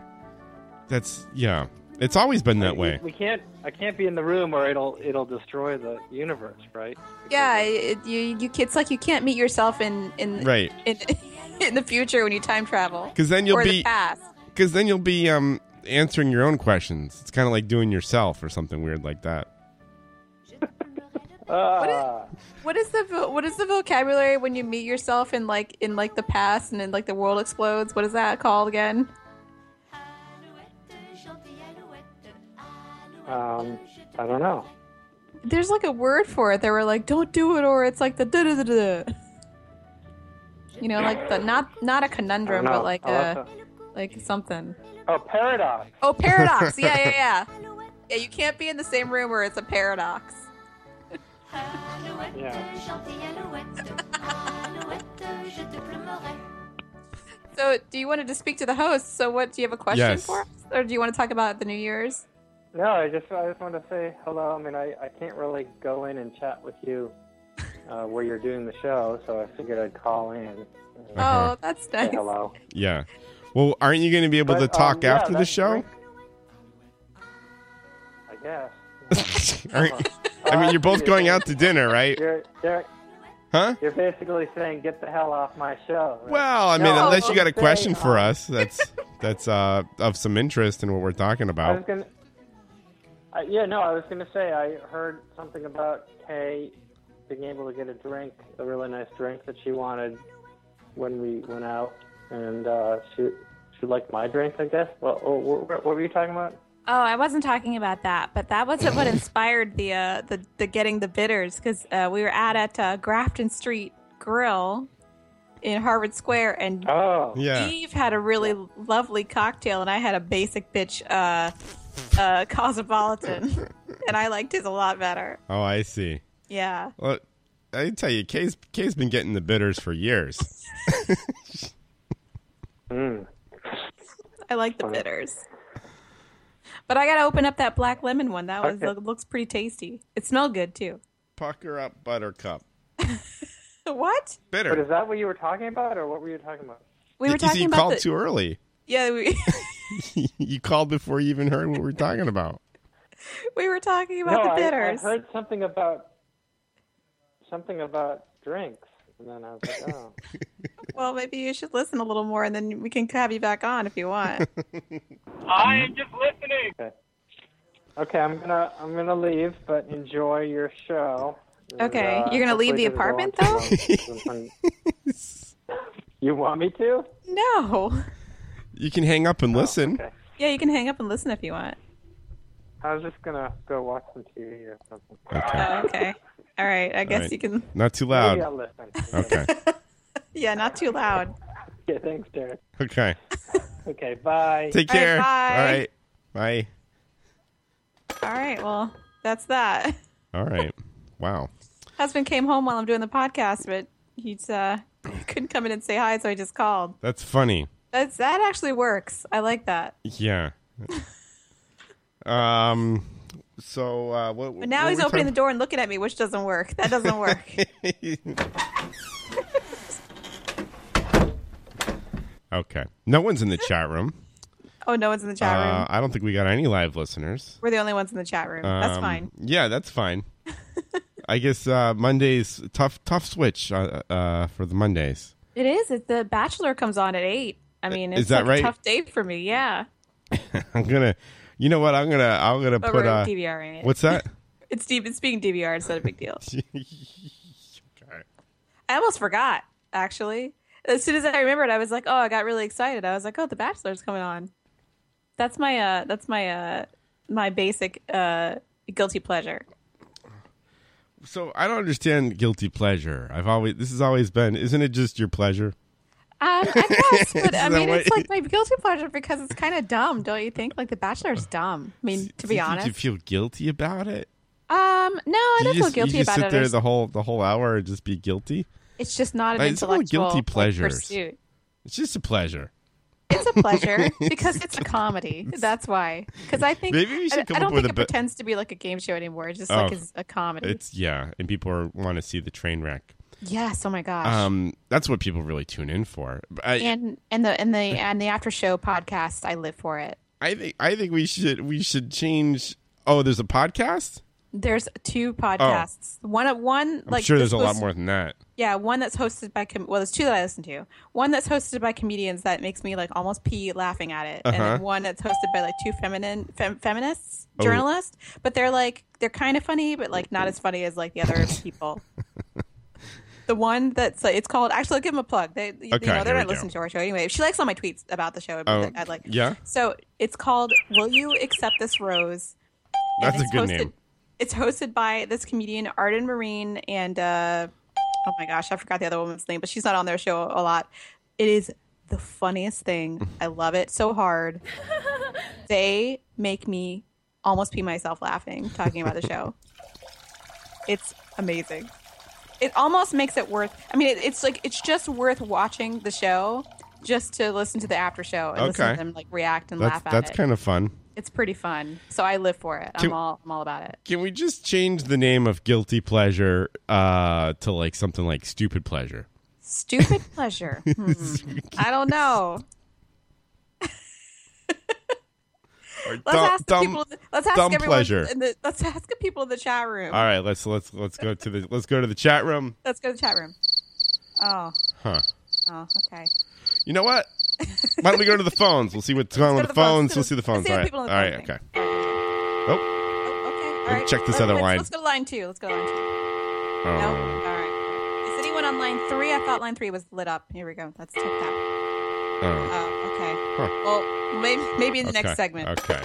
[SPEAKER 5] That's yeah. It's always been that way.
[SPEAKER 11] We can't. I can't be in the room, or it'll it'll destroy the universe, right?
[SPEAKER 4] Yeah. It, you you it's like you can't meet yourself in in
[SPEAKER 5] Right.
[SPEAKER 4] in, in the future when you time travel.
[SPEAKER 5] 'Cause then you'll
[SPEAKER 4] or
[SPEAKER 5] be-
[SPEAKER 4] the past.
[SPEAKER 5] Because then you'll be um answering your own questions. It's kind of like doing yourself or something weird like that.
[SPEAKER 11] Ah,
[SPEAKER 4] What is the vo- what is the vocabulary when you meet yourself in like in like the past and then like the world explodes? What is that called again?
[SPEAKER 11] um, I don't know.
[SPEAKER 4] There's like a word for it. They were like, "Don't do it," or it's like the da da da da. You know, like the not not
[SPEAKER 11] I
[SPEAKER 4] a
[SPEAKER 11] don't
[SPEAKER 4] conundrum,
[SPEAKER 11] know.
[SPEAKER 4] but like uh,
[SPEAKER 11] I'll have
[SPEAKER 4] a like something.
[SPEAKER 11] to- oh paradox.
[SPEAKER 4] Oh, paradox. yeah, yeah, yeah. Yeah, you can't be in the same room where it's a paradox.
[SPEAKER 11] Yeah.
[SPEAKER 4] So, do you want to just speak to the host? So, what do you have a question
[SPEAKER 5] Yes.
[SPEAKER 4] for us, or do you want to talk about the New Year's?
[SPEAKER 11] No, I just I just want to say hello. I mean, I, I can't really go in and chat with you uh, where you're doing the show, so I figured I'd call in and
[SPEAKER 5] Uh-huh.
[SPEAKER 4] Oh, that's
[SPEAKER 11] say
[SPEAKER 4] nice.
[SPEAKER 11] hello.
[SPEAKER 5] Yeah. Well, aren't you going to be able to
[SPEAKER 11] But, um,
[SPEAKER 5] talk
[SPEAKER 11] yeah,
[SPEAKER 5] after the
[SPEAKER 11] that's
[SPEAKER 5] show?
[SPEAKER 11] great. I guess.
[SPEAKER 5] Aren't- I mean, you're
[SPEAKER 4] Uh,
[SPEAKER 5] both going out to dinner, right?
[SPEAKER 11] You're, you're,
[SPEAKER 5] Huh?
[SPEAKER 11] you're basically saying get the hell off my show. right?
[SPEAKER 5] Well, I mean,
[SPEAKER 11] No,
[SPEAKER 5] unless you got a
[SPEAKER 11] I'm saying,
[SPEAKER 5] question for
[SPEAKER 11] um,
[SPEAKER 5] us, that's that's uh, of some interest in what we're talking
[SPEAKER 11] I was
[SPEAKER 5] about.
[SPEAKER 11] gonna. I, yeah, no, I was gonna say I heard something about Kay being able to get a drink, a really nice drink that she wanted when we went out, and uh, she she liked my drink, I guess. Well, or, what, what were you talking about?
[SPEAKER 4] Oh, I wasn't talking about that, but that was what inspired the uh, the the getting the bitters because uh, we were out at uh, Grafton Street Grill in Harvard Square, and
[SPEAKER 11] Oh,
[SPEAKER 5] Yeah.
[SPEAKER 4] Eve had a really lovely cocktail, and I had a basic bitch uh, uh, cosmopolitan, and I liked his a lot better.
[SPEAKER 5] Oh, I see.
[SPEAKER 4] Yeah,
[SPEAKER 5] Well, I tell you, Kay's Kay's been getting the bitters for years.
[SPEAKER 4] I like the bitters. But I gotta open up that black lemon one. That was
[SPEAKER 11] Okay.
[SPEAKER 4] looks pretty tasty. It smelled good too.
[SPEAKER 5] Pucker up, Buttercup.
[SPEAKER 4] What
[SPEAKER 5] Bitter.
[SPEAKER 11] but is that what you were talking about, or what were you talking about?
[SPEAKER 4] we were
[SPEAKER 5] You see,
[SPEAKER 4] talking
[SPEAKER 5] you
[SPEAKER 4] about?
[SPEAKER 5] called
[SPEAKER 4] The,
[SPEAKER 5] too early.
[SPEAKER 4] yeah, we.
[SPEAKER 5] you called before you even heard what we're talking about.
[SPEAKER 4] We were talking
[SPEAKER 11] no,
[SPEAKER 4] about the
[SPEAKER 11] I-
[SPEAKER 4] bitters.
[SPEAKER 11] I, heard something about something about drinks, and then I was like, oh.
[SPEAKER 4] Well, maybe you should listen a little more, and then we can have you back on if you want.
[SPEAKER 9] I am just listening.
[SPEAKER 11] Okay, I'm gonna I'm gonna leave, but enjoy your show. And, uh,
[SPEAKER 4] Okay, you're gonna leave the
[SPEAKER 11] hopefully
[SPEAKER 4] apartment,
[SPEAKER 11] it doesn't go on too long. you want me to?
[SPEAKER 4] no.
[SPEAKER 5] You can hang up and
[SPEAKER 11] Oh,
[SPEAKER 5] listen.
[SPEAKER 11] Okay.
[SPEAKER 4] Yeah, you can hang up and listen if you want.
[SPEAKER 11] I was just gonna go watch some TV or something.
[SPEAKER 5] okay.
[SPEAKER 4] Oh, okay. All right, I guess you can.
[SPEAKER 5] Not too loud.
[SPEAKER 4] Maybe I'll listen.
[SPEAKER 5] Okay.
[SPEAKER 4] Yeah, not too loud.
[SPEAKER 11] Yeah, thanks, Derek.
[SPEAKER 5] Okay.
[SPEAKER 11] Okay, bye.
[SPEAKER 5] Take
[SPEAKER 4] All right,
[SPEAKER 5] care.
[SPEAKER 4] bye.
[SPEAKER 5] All right. Bye.
[SPEAKER 4] All right, well, that's that.
[SPEAKER 5] All right. Wow.
[SPEAKER 4] Husband came home while I'm doing the podcast, but he's uh couldn't come in and say hi, so I just called.
[SPEAKER 5] That's funny.
[SPEAKER 4] That's that actually works. I like that.
[SPEAKER 5] Yeah. um. So uh, what?
[SPEAKER 4] But now he's opening the door and looking at me, which doesn't work. That doesn't work.
[SPEAKER 5] okay. No one's in the chat room.
[SPEAKER 4] oh, no one's in the chat room.
[SPEAKER 5] Uh, I don't think we got any live listeners.
[SPEAKER 4] We're the only ones in the chat room. that's
[SPEAKER 5] Um,
[SPEAKER 4] fine.
[SPEAKER 5] Yeah, that's fine. I guess uh, Mondays tough tough switch uh, uh, for the Mondays.
[SPEAKER 4] It is. It, the Bachelor comes on at eight. I mean,
[SPEAKER 5] Is
[SPEAKER 4] it's
[SPEAKER 5] that
[SPEAKER 4] like
[SPEAKER 5] right?
[SPEAKER 4] a tough day for me. Yeah,
[SPEAKER 5] I'm gonna, you know what? I'm gonna I'm gonna
[SPEAKER 4] But
[SPEAKER 5] put
[SPEAKER 4] we're
[SPEAKER 5] uh,
[SPEAKER 4] DVRing it.
[SPEAKER 5] What's that?
[SPEAKER 4] it's deep. It's being DVR. It's not a big deal. I almost forgot. Actually, as soon as I remembered, I was like, "Oh, I got really excited." I was like, "Oh, The Bachelor's coming on." That's my uh, that's my uh, my basic uh, guilty pleasure.
[SPEAKER 5] so I don't understand guilty pleasure. I've always this has always been. Isn't it just your pleasure?
[SPEAKER 4] Um, I guess,
[SPEAKER 5] Is
[SPEAKER 4] but I
[SPEAKER 5] that
[SPEAKER 4] mean,
[SPEAKER 5] what-
[SPEAKER 4] it's like my guilty pleasure because it's kind of dumb, don't you think? Like The Bachelor's dumb. I mean, to be
[SPEAKER 5] Do you
[SPEAKER 4] honest,
[SPEAKER 5] feel guilty about it?
[SPEAKER 4] um, no, I
[SPEAKER 5] you
[SPEAKER 4] don't
[SPEAKER 5] just,
[SPEAKER 4] feel guilty
[SPEAKER 5] you just
[SPEAKER 4] about
[SPEAKER 5] sit
[SPEAKER 4] it. I
[SPEAKER 5] there
[SPEAKER 4] just-
[SPEAKER 5] the whole the whole hour and just be guilty.
[SPEAKER 4] It's just not an
[SPEAKER 5] Like, it's all
[SPEAKER 4] intellectual
[SPEAKER 5] guilty
[SPEAKER 4] like,
[SPEAKER 5] pleasures.
[SPEAKER 4] pursuit.
[SPEAKER 5] It's just a pleasure.
[SPEAKER 4] It's a pleasure because it's a comedy. That's why. Because I think
[SPEAKER 5] Maybe we should
[SPEAKER 4] I-
[SPEAKER 5] come
[SPEAKER 4] I, don't
[SPEAKER 5] up with
[SPEAKER 4] think
[SPEAKER 5] a
[SPEAKER 4] it
[SPEAKER 5] bit-
[SPEAKER 4] pretends to be like a game show anymore. It's just
[SPEAKER 5] Oh.
[SPEAKER 4] like is a comedy.
[SPEAKER 5] It's yeah, and people are, want to see the train wreck.
[SPEAKER 4] Yes. Oh my gosh.
[SPEAKER 5] Um, that's what people really tune in for. I,
[SPEAKER 4] and and the and the and the after show podcast. I live for it.
[SPEAKER 5] I think I think we should we should change. Oh, there's a podcast.
[SPEAKER 4] There's two podcasts. One one
[SPEAKER 5] Oh. I'm
[SPEAKER 4] like
[SPEAKER 5] sure
[SPEAKER 4] this
[SPEAKER 5] there's a lot
[SPEAKER 4] was-
[SPEAKER 5] more than that.
[SPEAKER 4] Yeah, one that's hosted by com- well, there's two that I listen to. One that's hosted by comedians that makes me like almost pee laughing at it, and
[SPEAKER 5] Uh-huh.
[SPEAKER 4] then one that's hosted by like two feminine fem- feminists
[SPEAKER 5] Oh.
[SPEAKER 4] journalists, but they're like they're kind of funny, but like not as funny as like the other people. The one that's like, it's called actually I'll give them a plug. They you
[SPEAKER 5] Okay,
[SPEAKER 4] know
[SPEAKER 5] here
[SPEAKER 4] they're
[SPEAKER 5] we
[SPEAKER 4] not listening to
[SPEAKER 5] go.
[SPEAKER 4] our show anyway. She likes all my tweets about the show.
[SPEAKER 5] Oh,
[SPEAKER 4] I like
[SPEAKER 5] yeah?
[SPEAKER 4] So it's called Will You Accept This Rose? And
[SPEAKER 5] That's a
[SPEAKER 4] it's
[SPEAKER 5] good
[SPEAKER 4] hosted-
[SPEAKER 5] name.
[SPEAKER 4] It's hosted by this comedian Arden Marine and uh, oh my gosh, I forgot the other woman's name, but she's not on their show a lot. It is the funniest thing. I love it so hard. they make me almost pee myself laughing talking about the show. it's amazing. It almost makes it worth. I mean, it, it's like it's just worth watching the show just to listen to the after show and listen
[SPEAKER 5] Okay.
[SPEAKER 4] to them like react and
[SPEAKER 5] That's
[SPEAKER 4] laugh at
[SPEAKER 5] that's
[SPEAKER 4] it.
[SPEAKER 5] kind of fun.
[SPEAKER 4] It's pretty fun. So I live for it.
[SPEAKER 5] Can-
[SPEAKER 4] I'm all I'm all about it.
[SPEAKER 5] Can we just change the name of guilty pleasure uh, to like something like stupid pleasure?
[SPEAKER 4] Stupid pleasure. Hmm. I don't know.
[SPEAKER 5] Or
[SPEAKER 4] Let's
[SPEAKER 5] dumb-
[SPEAKER 4] ask the
[SPEAKER 5] dumb-
[SPEAKER 4] people. Let's ask
[SPEAKER 5] dumb
[SPEAKER 4] everyone.
[SPEAKER 5] pleasure.
[SPEAKER 4] In the, let's ask the people in the chat room.
[SPEAKER 5] All right, let's let's let's go to the let's go to the chat room.
[SPEAKER 4] Let's go to the chat room. Oh,
[SPEAKER 5] Huh.
[SPEAKER 4] oh, okay.
[SPEAKER 5] You know what? Why don't we go to the phones? We'll see what's going on
[SPEAKER 4] go
[SPEAKER 5] with
[SPEAKER 4] to
[SPEAKER 5] the
[SPEAKER 4] the phones.
[SPEAKER 5] phones. We'll see the phones.
[SPEAKER 4] Let's see
[SPEAKER 5] All
[SPEAKER 4] the people on
[SPEAKER 5] right. All
[SPEAKER 4] the
[SPEAKER 5] right.
[SPEAKER 4] phone
[SPEAKER 5] Okay. Oh,
[SPEAKER 4] Okay, all
[SPEAKER 5] me
[SPEAKER 4] right.
[SPEAKER 5] check this
[SPEAKER 4] Let's-
[SPEAKER 5] other
[SPEAKER 4] let's-
[SPEAKER 5] line.
[SPEAKER 4] Let's go to line two. Let's go to line two. No. All
[SPEAKER 5] oh,
[SPEAKER 4] right. Is anyone on line three? I thought line three was lit up. Here we go. Let's check that.
[SPEAKER 5] oh.
[SPEAKER 4] Oh, okay.
[SPEAKER 5] Huh.
[SPEAKER 4] Well, maybe maybe in the
[SPEAKER 5] Okay,
[SPEAKER 4] next segment.
[SPEAKER 5] Okay.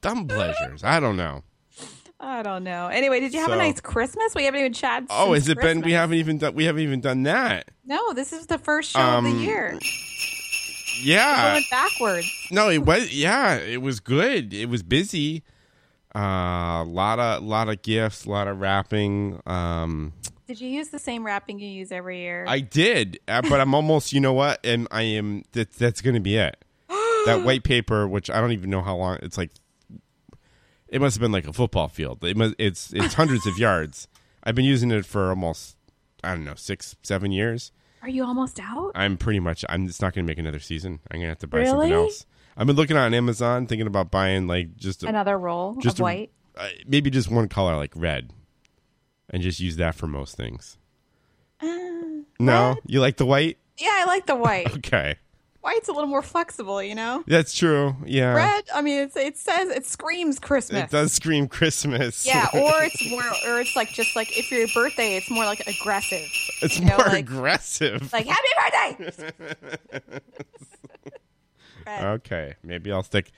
[SPEAKER 5] Dumb pleasures. I don't know.
[SPEAKER 4] I don't know. Anyway, did you have
[SPEAKER 5] So-
[SPEAKER 4] a nice Christmas? We haven't even chatted.
[SPEAKER 5] Oh,
[SPEAKER 4] since
[SPEAKER 5] has it been? We
[SPEAKER 4] Christmas.
[SPEAKER 5] haven't even done. We haven't even done that.
[SPEAKER 4] No, this is the first show of
[SPEAKER 5] Um,
[SPEAKER 4] the year. We're
[SPEAKER 5] Yeah.
[SPEAKER 4] going backwards.
[SPEAKER 5] No, it was. Yeah, it was good. It was busy. A uh, lot of lot of gifts. A lot of wrapping. Um,
[SPEAKER 4] Did you use the same wrapping you use every year?
[SPEAKER 5] I did, uh, but I'm almost. You know what? And I am. That, that's going to be it. that white paper, which I don't even know how long. It's like. It must have been like a football field. It must, it's it's hundreds of yards. I've been using it for almost, I don't know, six seven years.
[SPEAKER 4] Are you almost out?
[SPEAKER 5] I'm pretty much. I'm just not going to make another season. I'm going to have to buy something
[SPEAKER 4] Really?
[SPEAKER 5] else. I've been looking on Amazon, thinking about buying like just a,
[SPEAKER 4] Another roll
[SPEAKER 5] just
[SPEAKER 4] of
[SPEAKER 5] a-
[SPEAKER 4] white.
[SPEAKER 5] uh, maybe just one color, like red, and just use that for most things. no, you like the white?
[SPEAKER 4] Yeah, I like the white.
[SPEAKER 5] Okay,
[SPEAKER 4] White's a little more flexible, you know.
[SPEAKER 5] that's true. Yeah,
[SPEAKER 4] Red. I mean, it's, it says it screams Christmas.
[SPEAKER 5] it does scream Christmas.
[SPEAKER 4] Yeah, or it's more, or it's like just like if your birthday, it's more like aggressive.
[SPEAKER 5] it's
[SPEAKER 4] you know,
[SPEAKER 5] more
[SPEAKER 4] like-
[SPEAKER 5] aggressive.
[SPEAKER 4] Like happy birthday.
[SPEAKER 5] okay, maybe I'll stick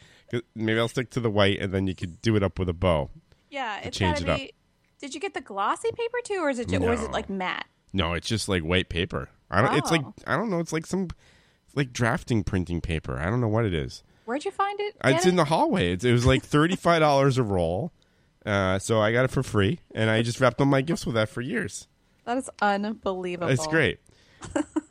[SPEAKER 5] Maybe I'll stick to the white, and then you could do it up with a bow.
[SPEAKER 4] Yeah,
[SPEAKER 5] To
[SPEAKER 4] it's
[SPEAKER 5] change
[SPEAKER 4] gotta
[SPEAKER 5] it up.
[SPEAKER 4] be. Did you get the glossy paper too, or is it ju- or is it
[SPEAKER 5] No.
[SPEAKER 4] like matte?
[SPEAKER 5] No, it's just like white paper. I don't. It's like
[SPEAKER 4] Oh.
[SPEAKER 5] I don't know. It's like some it's like drafting printing paper. I don't know what it is.
[SPEAKER 4] Where'd you find it?
[SPEAKER 5] It's in the hallway. It's, it was like thirty five dollars a roll. Uh, so I got it for free, and I just wrapped all my gifts with that for years.
[SPEAKER 4] That is unbelievable.
[SPEAKER 5] It's great.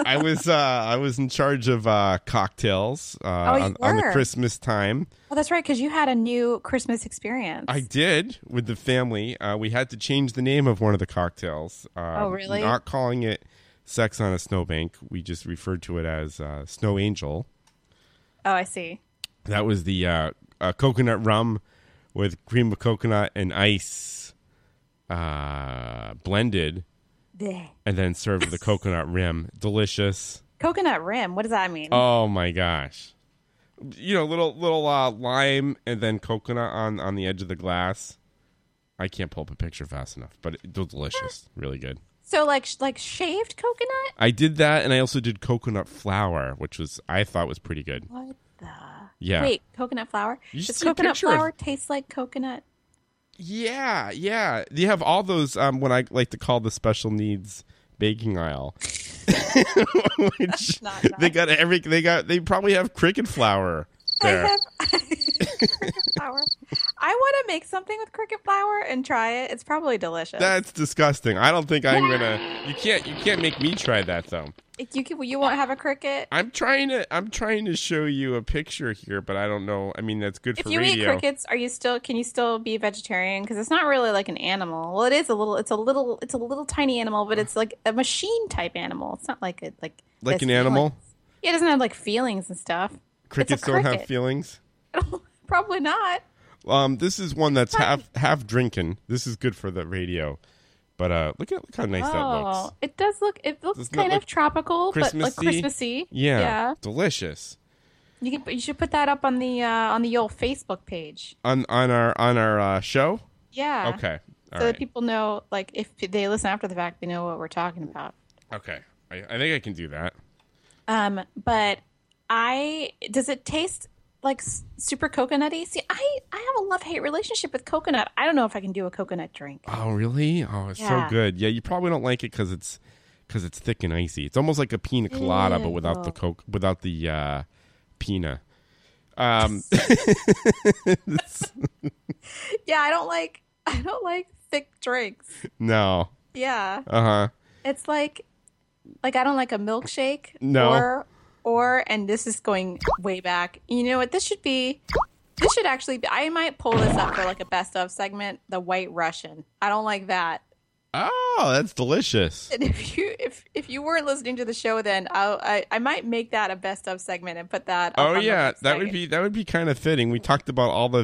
[SPEAKER 5] I was uh, I was in charge of uh, cocktails uh,
[SPEAKER 4] Oh, you
[SPEAKER 5] on, on the
[SPEAKER 4] were.
[SPEAKER 5] Christmas time.
[SPEAKER 4] Oh, that's right, because you had a new Christmas experience.
[SPEAKER 5] I did with the family. Uh, we had to change the name of one of the cocktails. Uh,
[SPEAKER 4] Oh, really?
[SPEAKER 5] Not calling it "Sex on a Snowbank." We just referred to it as uh, "Snow Angel."
[SPEAKER 4] oh, I see.
[SPEAKER 5] That was the uh, uh, coconut rum with cream of coconut and ice uh, blended,
[SPEAKER 4] Bleh.
[SPEAKER 5] and then served with a coconut rim. Delicious.
[SPEAKER 4] Coconut rim. What does that mean?
[SPEAKER 5] Oh my gosh! You know, little little uh, lime and then coconut on on the edge of the glass. I can't pull up a picture fast enough, but it was delicious, really good.
[SPEAKER 4] So like sh- like shaved coconut.
[SPEAKER 5] I did that, and I also did coconut flour, which was I thought was pretty good.
[SPEAKER 4] What the?
[SPEAKER 5] Yeah.
[SPEAKER 4] Wait, coconut flour.
[SPEAKER 5] You should
[SPEAKER 4] does
[SPEAKER 5] see a
[SPEAKER 4] coconut
[SPEAKER 5] picture of-
[SPEAKER 4] flour taste like coconut?
[SPEAKER 5] Yeah, yeah. You have all those um what I like to call the special needs baking aisle. Which they got every they got they probably have cricket flour there.
[SPEAKER 4] Flour. I want to make something with cricket flour and try it. It's probably delicious.
[SPEAKER 5] That's disgusting. I don't think I'm gonna you can't you can't make me try that though.
[SPEAKER 4] If you can, you won't have a cricket.
[SPEAKER 5] I'm trying to I'm trying to show you a picture here, but I don't know. I mean that's good
[SPEAKER 4] If
[SPEAKER 5] for
[SPEAKER 4] you eat
[SPEAKER 5] radio.
[SPEAKER 4] crickets, are you still? Can you still be vegetarian? Because it's not really like an animal. Well, it is a little. It's a little. It's a little tiny animal, but it's like a machine type animal. It's not like a like
[SPEAKER 5] like
[SPEAKER 4] has
[SPEAKER 5] an animal?
[SPEAKER 4] feelings. Yeah, it doesn't have like feelings and stuff.
[SPEAKER 5] Crickets don't have
[SPEAKER 4] cricket.
[SPEAKER 5] feelings.
[SPEAKER 4] Probably not.
[SPEAKER 5] Um, this is one that's half half drinking. This is good for the radio, but uh, look at look how nice that looks.
[SPEAKER 4] Oh, it does look. It looks
[SPEAKER 5] Doesn't that
[SPEAKER 4] kind
[SPEAKER 5] look
[SPEAKER 4] of tropical, but like
[SPEAKER 5] Christmassy?
[SPEAKER 4] Christmassy.
[SPEAKER 5] Yeah,
[SPEAKER 4] yeah.
[SPEAKER 5] delicious.
[SPEAKER 4] You can. You should put that up on the uh, on the old Facebook page.
[SPEAKER 5] On on our on our uh, show.
[SPEAKER 4] Yeah.
[SPEAKER 5] Okay. All
[SPEAKER 4] so
[SPEAKER 5] right.
[SPEAKER 4] that people know, like, if they listen after the fact, they know what we're talking about.
[SPEAKER 5] okay. I, I think I can do that.
[SPEAKER 4] Um, but I does it taste like s- super coconutty? See, I I have a love hate relationship with coconut. I don't know if I can do a coconut drink.
[SPEAKER 5] Oh really? Oh, it's
[SPEAKER 4] Yeah.
[SPEAKER 5] so good. Yeah, you probably don't like it because it's because it's thick and icy. It's almost like a pina colada, but without the
[SPEAKER 4] Ew.
[SPEAKER 5] coke, without the uh, pina. Um,
[SPEAKER 4] Yeah, I don't like I don't like thick drinks.
[SPEAKER 5] no.
[SPEAKER 4] Yeah,
[SPEAKER 5] Uh huh.
[SPEAKER 4] it's like like I don't like a milkshake.
[SPEAKER 5] No.
[SPEAKER 4] Or or and this is going way back. You know what? This should be. This should actually be. I might pull this up for like a best of segment. The White Russian. I don't like that.
[SPEAKER 5] Oh, that's delicious.
[SPEAKER 4] And if you if if you weren't listening to the show, then I I, I might make that a best of segment and put that. up
[SPEAKER 5] Oh
[SPEAKER 4] on the
[SPEAKER 5] yeah, that would
[SPEAKER 4] website.
[SPEAKER 5] be that would be kind of fitting. We talked about all the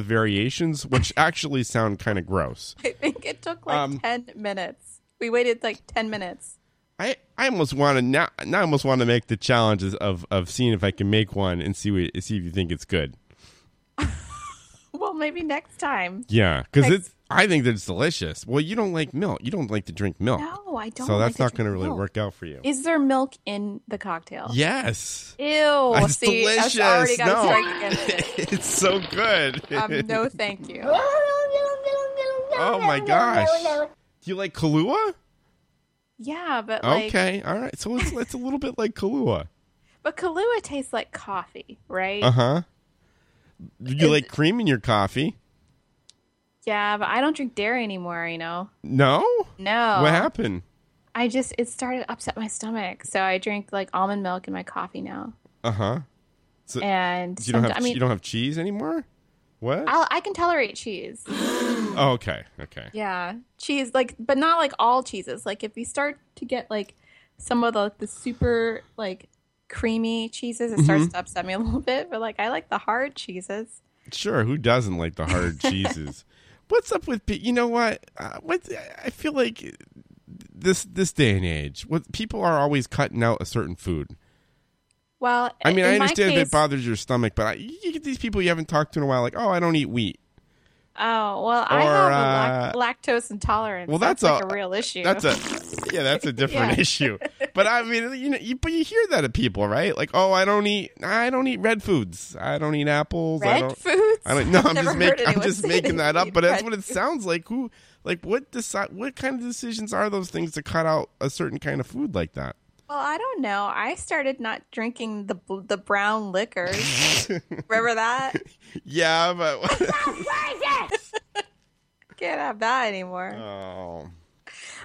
[SPEAKER 5] variations, which actually sound kind of gross.
[SPEAKER 4] I think it took like
[SPEAKER 5] Um,
[SPEAKER 4] ten minutes. We waited like ten minutes.
[SPEAKER 5] I, I almost want to now, now I almost want to make the challenges of, of seeing if I can make one and see what, see if you think it's good.
[SPEAKER 4] Well, maybe next time.
[SPEAKER 5] Yeah, because
[SPEAKER 4] Ex-
[SPEAKER 5] it's I think that it's delicious. Well, you don't like milk. You don't like to drink milk.
[SPEAKER 4] No, I don't
[SPEAKER 5] So
[SPEAKER 4] like
[SPEAKER 5] that's
[SPEAKER 4] to
[SPEAKER 5] not going to
[SPEAKER 4] drink
[SPEAKER 5] really
[SPEAKER 4] milk.
[SPEAKER 5] work out for you.
[SPEAKER 4] Is there milk in the cocktail?
[SPEAKER 5] yes,
[SPEAKER 4] Ew.
[SPEAKER 5] That's
[SPEAKER 4] see,
[SPEAKER 5] delicious.
[SPEAKER 4] I've already got
[SPEAKER 5] No.
[SPEAKER 4] a strike against it.
[SPEAKER 5] it's so good.
[SPEAKER 4] Um, no, thank you.
[SPEAKER 5] oh my gosh. Do you like Kahlua?
[SPEAKER 4] Yeah, but like,
[SPEAKER 5] okay, all right. So it's it's a little bit like Kahlua.
[SPEAKER 4] but Kahlua tastes like coffee, right?
[SPEAKER 5] Uh huh. You like cream in your coffee?
[SPEAKER 4] Yeah, but I don't drink dairy anymore. You know?
[SPEAKER 5] No.
[SPEAKER 4] No.
[SPEAKER 5] What happened?
[SPEAKER 4] I just it started to upset my stomach, so I drink like almond milk in my coffee now.
[SPEAKER 5] Uh huh. So
[SPEAKER 4] And
[SPEAKER 5] you don't
[SPEAKER 4] somet-
[SPEAKER 5] have
[SPEAKER 4] I mean,
[SPEAKER 5] you don't have cheese anymore. What?
[SPEAKER 4] I'll, I can tolerate cheese.
[SPEAKER 5] Oh, okay. Okay.
[SPEAKER 4] Yeah, cheese like, but not like all cheeses. Like if you start to get like some of the the super like creamy cheeses, it
[SPEAKER 5] Mm-hmm.
[SPEAKER 4] starts to upset me a little bit. But like I like the hard cheeses.
[SPEAKER 5] Sure. Who doesn't like the hard cheeses? What's up with pe- you know what? Uh, what I feel like this this day and age, what people are always cutting out a certain food.
[SPEAKER 4] Well,
[SPEAKER 5] I
[SPEAKER 4] in
[SPEAKER 5] mean, I
[SPEAKER 4] my
[SPEAKER 5] understand if
[SPEAKER 4] case,
[SPEAKER 5] it bothers your stomach, but I, you get these people you haven't talked to in a while, like, oh, I don't eat wheat.
[SPEAKER 4] Oh well, I
[SPEAKER 5] Or, uh,
[SPEAKER 4] have a lac- lactose intolerance.
[SPEAKER 5] Well, that's,
[SPEAKER 4] like
[SPEAKER 5] a,
[SPEAKER 4] real issue.
[SPEAKER 5] That's a yeah, that's a different
[SPEAKER 4] Yeah.
[SPEAKER 5] issue. But I mean, you know, you, but you hear that of people, right? Like, oh, I don't eat, I don't eat red foods. I don't eat apples. I
[SPEAKER 4] Red
[SPEAKER 5] don't,
[SPEAKER 4] foods?
[SPEAKER 5] I don't. No,
[SPEAKER 4] I've
[SPEAKER 5] I'm
[SPEAKER 4] never
[SPEAKER 5] just
[SPEAKER 4] heard
[SPEAKER 5] making, I'm
[SPEAKER 4] anyone
[SPEAKER 5] just
[SPEAKER 4] say
[SPEAKER 5] making
[SPEAKER 4] they
[SPEAKER 5] that up.
[SPEAKER 4] eat
[SPEAKER 5] But that's
[SPEAKER 4] red
[SPEAKER 5] what it sounds like. Who, like, what decide? What kind of decisions are those things to cut out a certain kind of food like that?
[SPEAKER 4] Well, I don't know. I started not drinking the bl- the brown liquors. Remember that?
[SPEAKER 5] Yeah, but
[SPEAKER 4] Can't have that anymore.
[SPEAKER 5] oh,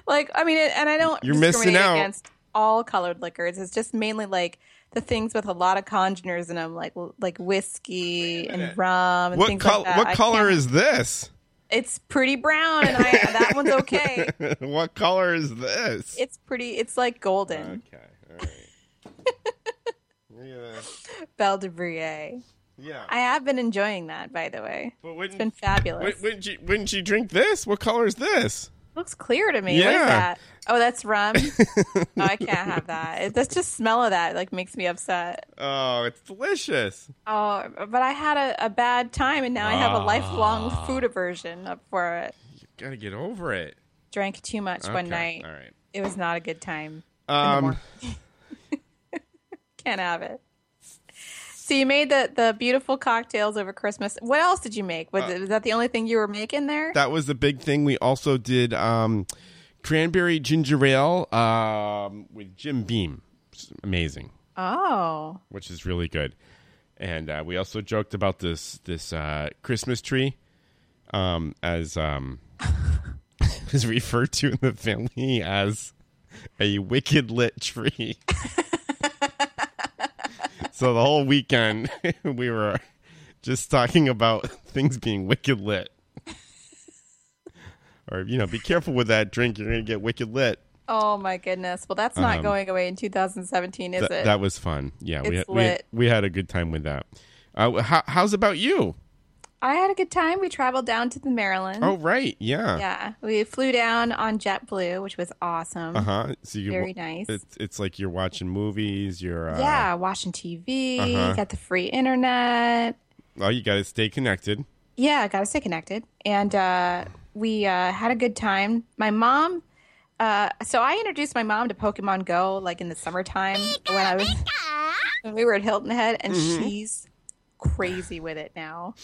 [SPEAKER 4] Like, I mean, it- and I don't.
[SPEAKER 5] You're missing
[SPEAKER 4] discriminate
[SPEAKER 5] out.
[SPEAKER 4] Against all colored liquors, it's just mainly like the things with a lot of congeners in them, like like whiskey and rum and
[SPEAKER 5] what
[SPEAKER 4] things
[SPEAKER 5] color?
[SPEAKER 4] like that. I
[SPEAKER 5] what color
[SPEAKER 4] can't-
[SPEAKER 5] is this?
[SPEAKER 4] It's pretty brown, and I, that one's okay.
[SPEAKER 5] what color is this?
[SPEAKER 4] It's pretty. It's like golden.
[SPEAKER 5] Okay, all right. yeah.
[SPEAKER 4] Belle de Brie.
[SPEAKER 5] yeah.
[SPEAKER 4] I have been enjoying that, by the way.
[SPEAKER 5] But
[SPEAKER 4] it's
[SPEAKER 5] wouldn't-
[SPEAKER 4] been fabulous.
[SPEAKER 5] Wou- Wouldn't you, wouldn't you drink this? What color is this?
[SPEAKER 4] Looks clear to me. What is
[SPEAKER 5] Yeah.
[SPEAKER 4] that? Oh, that's rum. oh, I can't have that. It, that's just smell of that like makes me upset.
[SPEAKER 5] Oh, it's delicious.
[SPEAKER 4] Oh, but I had a, a bad time, and now I have a
[SPEAKER 5] Ah.
[SPEAKER 4] lifelong food aversion up for it.
[SPEAKER 5] Gotta get over it.
[SPEAKER 4] Drank too much
[SPEAKER 5] Okay,
[SPEAKER 4] one night.
[SPEAKER 5] all right.
[SPEAKER 4] It was not a good time.
[SPEAKER 5] Um,
[SPEAKER 4] Can't have it. So you made the the beautiful cocktails over Christmas. What else did you make? Was,
[SPEAKER 5] Uh,
[SPEAKER 4] it, was that the only thing you were making there?
[SPEAKER 5] that was the big thing. We also did um, cranberry ginger ale um, with Jim Beam. It's amazing,
[SPEAKER 4] oh,
[SPEAKER 5] which is really good. And uh, we also joked about this this uh, Christmas tree um, as um, is referred to in the family as a wicked lit tree. so the whole weekend we were just talking about things being wicked lit. or you know, be careful with that drink, you're gonna get wicked lit.
[SPEAKER 4] oh my goodness. Well, that's not
[SPEAKER 5] Um,
[SPEAKER 4] going away in 2017, is
[SPEAKER 5] That-
[SPEAKER 4] it?
[SPEAKER 5] That was fun. Yeah, we
[SPEAKER 4] It's
[SPEAKER 5] had, we
[SPEAKER 4] lit.
[SPEAKER 5] we had a good time with that. Uh, how, how's about you?
[SPEAKER 4] I had a good time. We traveled down to the Maryland.
[SPEAKER 5] Oh right, yeah.
[SPEAKER 4] Mm-hmm. Yeah, we flew down on JetBlue, which was awesome.
[SPEAKER 5] Uh huh. So you
[SPEAKER 4] Very nice.
[SPEAKER 5] It's it's like you're watching movies. You're uh,
[SPEAKER 4] yeah, watching TV,
[SPEAKER 5] Uh-huh.
[SPEAKER 4] got the free internet.
[SPEAKER 5] Well, oh, you got to stay connected.
[SPEAKER 4] Yeah, got to stay connected. And uh, we uh, had a good time. My mom, uh, so I introduced my mom to Pokemon Go like in the summertime when I was when we were at Hilton Head, and
[SPEAKER 7] Mhm.
[SPEAKER 4] she's crazy with it now.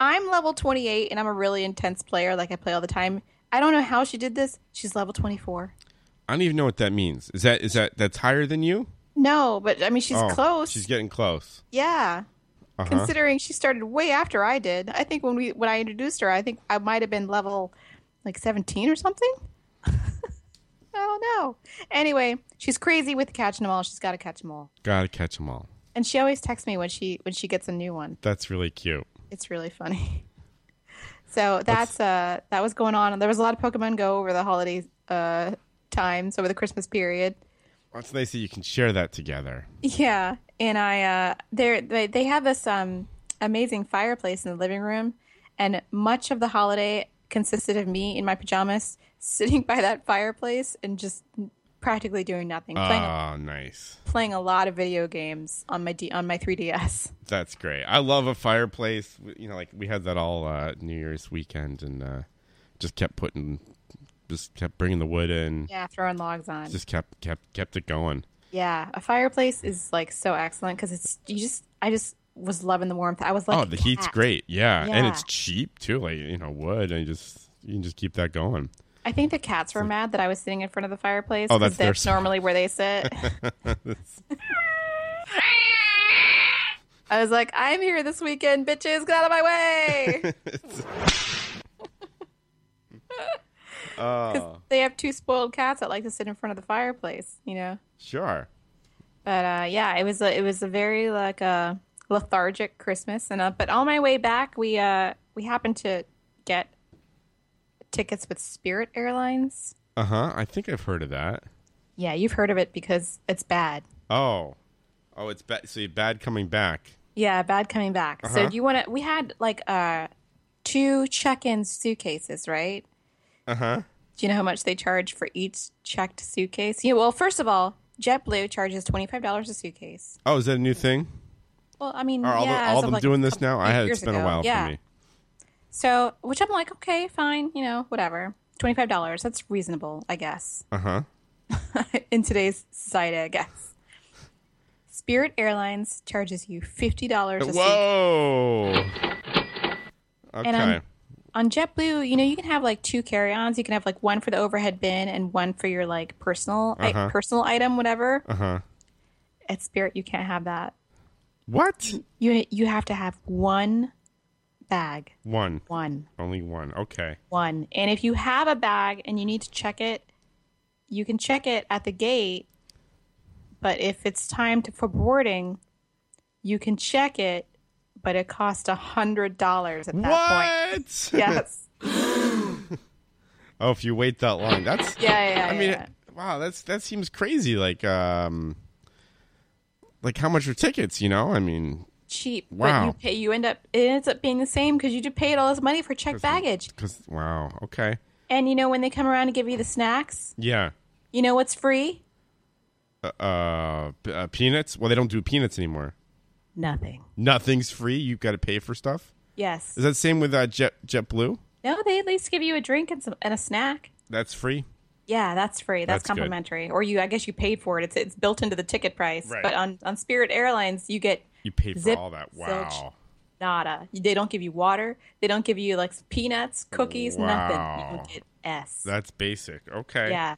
[SPEAKER 4] I'm level 28 and I'm a really intense player. Like I play all the time. I don't know how she did this. She's level 24.
[SPEAKER 5] I don't even know what that means. Is that is that that's higher than you?
[SPEAKER 4] No, but I mean, she's
[SPEAKER 5] Oh,
[SPEAKER 4] close.
[SPEAKER 5] She's getting close.
[SPEAKER 4] yeah.
[SPEAKER 5] Uh-huh.
[SPEAKER 4] Considering she started way after I did, I think when we when I introduced her, I think I might have been level like seventeen or something. I don't know. Anyway, she's crazy with catching them all. She's got to catch them all,
[SPEAKER 5] Gotta catch them all.
[SPEAKER 4] and she always texts me when she when she gets a new one.
[SPEAKER 5] That's really cute.
[SPEAKER 4] It's really funny. So that's uh that was going on, and there was a lot of Pokemon Go over the holiday uh times over the Christmas period.
[SPEAKER 5] Well, it's nice that you can share that together.
[SPEAKER 4] Yeah, and I uh there they they have this um amazing fireplace in the living room and much of the holiday consisted of me in my pajamas sitting by that fireplace and just practically doing nothing, playing
[SPEAKER 5] Oh, nice.
[SPEAKER 4] playing a lot of video games on my D, on my 3DS.
[SPEAKER 5] That's great. I love a fireplace. We- You know, like we had that all uh, New Year's weekend, and uh, just kept putting, just kept bringing the wood in.
[SPEAKER 4] Yeah, throwing logs on.
[SPEAKER 5] Just kept kept kept it going.
[SPEAKER 4] yeah, a fireplace is like so excellent cuz it's you just I just was loving the warmth. I was like
[SPEAKER 5] oh,
[SPEAKER 4] a
[SPEAKER 5] the heat's
[SPEAKER 4] cat.
[SPEAKER 5] great. Yeah. and it's
[SPEAKER 4] Yeah.
[SPEAKER 5] cheap too. Like you know, wood, and you just you can just keep that going.
[SPEAKER 4] I think the cats were mad that I was sitting in front of the fireplace
[SPEAKER 5] Oh,
[SPEAKER 4] 'cause
[SPEAKER 5] that's their
[SPEAKER 4] that's
[SPEAKER 5] side.
[SPEAKER 4] normally where they sit. I was like, I'm here this weekend, bitches. Get out of my way.
[SPEAKER 5] Oh,
[SPEAKER 4] they have two spoiled cats that like to sit in front of the fireplace, you know.
[SPEAKER 5] sure.
[SPEAKER 4] But uh, yeah, it was a, it was a very like a lethargic Christmas, and uh, but on my way back, we uh we happened to get tickets with Spirit Airlines.
[SPEAKER 5] Uh huh. I think I've heard of that.
[SPEAKER 4] Yeah, you've heard of it because it's bad.
[SPEAKER 5] Oh, oh, it's bad. So you're bad coming back.
[SPEAKER 4] Yeah, bad coming back. So
[SPEAKER 5] Uh-huh.
[SPEAKER 4] do you want to? We had like uh two check-in suitcases, right?
[SPEAKER 5] Uh huh.
[SPEAKER 4] Do you know how much they charge for each checked suitcase? Yeah. Well, first of all, JetBlue charges twenty-five dollars a suitcase.
[SPEAKER 5] Oh, is that a new thing?
[SPEAKER 4] Well, I mean,
[SPEAKER 5] Are all,
[SPEAKER 4] yeah, as
[SPEAKER 5] the, all
[SPEAKER 4] of,
[SPEAKER 5] them
[SPEAKER 4] like, a
[SPEAKER 5] doing this
[SPEAKER 4] couple-
[SPEAKER 5] now? I
[SPEAKER 4] like,
[SPEAKER 5] had
[SPEAKER 4] years
[SPEAKER 5] it's been
[SPEAKER 4] ago.
[SPEAKER 5] a while
[SPEAKER 4] Yeah.
[SPEAKER 5] for me.
[SPEAKER 4] So, which I'm like, okay, fine, you know, whatever. $25. That's reasonable, I guess.
[SPEAKER 5] Uh huh.
[SPEAKER 4] In today's society, I guess. Spirit Airlines charges you $50 a seat.
[SPEAKER 5] Whoa. Okay.
[SPEAKER 4] And on, on JetBlue, you know, you can have like two carry-ons. You can have like one for the overhead bin and one for your like personal i-
[SPEAKER 5] Uh-huh.
[SPEAKER 4] personal item, whatever.
[SPEAKER 5] Uh huh.
[SPEAKER 4] At Spirit, you can't have that.
[SPEAKER 5] What?
[SPEAKER 4] You you have to have one bag,
[SPEAKER 5] One.
[SPEAKER 4] one,
[SPEAKER 5] Only one. Okay.
[SPEAKER 4] one. And if you have a bag and you need to check it, you can check it at the gate. But if it's time to, for boarding, you can check it, but it costs a hundred dollars at that
[SPEAKER 5] What?
[SPEAKER 4] point. Yes.
[SPEAKER 5] Oh, if you wait that long, that's
[SPEAKER 4] Yeah, yeah,
[SPEAKER 5] I mean,
[SPEAKER 4] yeah.
[SPEAKER 5] wow, that's that seems crazy. Like, um, like how much are tickets? You know, I mean,
[SPEAKER 4] cheap. But
[SPEAKER 5] Wow.
[SPEAKER 4] you pay. You end up. It ends up being the same because you just paid all this money for checked baggage.
[SPEAKER 5] because wow, okay,
[SPEAKER 4] And you know when they come around and give you the snacks,
[SPEAKER 5] yeah,
[SPEAKER 4] you know what's free?
[SPEAKER 5] uh, uh, p- uh peanuts. Well, they don't do peanuts anymore.
[SPEAKER 4] Nothing.
[SPEAKER 5] Nothing's free. You've got to pay for stuff.
[SPEAKER 4] Yes.
[SPEAKER 5] Is that same with uh, Jet JetBlue?
[SPEAKER 4] No, they at least give you a drink and some and a snack.
[SPEAKER 5] That's free.
[SPEAKER 4] Yeah, that's free. That's,
[SPEAKER 5] That's good.
[SPEAKER 4] complimentary. Or you, I guess you paid for it. It's it's built into the ticket price.
[SPEAKER 5] Right.
[SPEAKER 4] But on on Spirit Airlines, you get
[SPEAKER 5] You pay for
[SPEAKER 4] Zip,
[SPEAKER 5] all that.
[SPEAKER 4] zilch.
[SPEAKER 5] Wow.
[SPEAKER 4] nada. They don't give you water. They don't give you like peanuts, cookies, nothing. You
[SPEAKER 5] Wow.
[SPEAKER 4] don't get s.
[SPEAKER 5] That's basic. Okay.
[SPEAKER 4] yeah,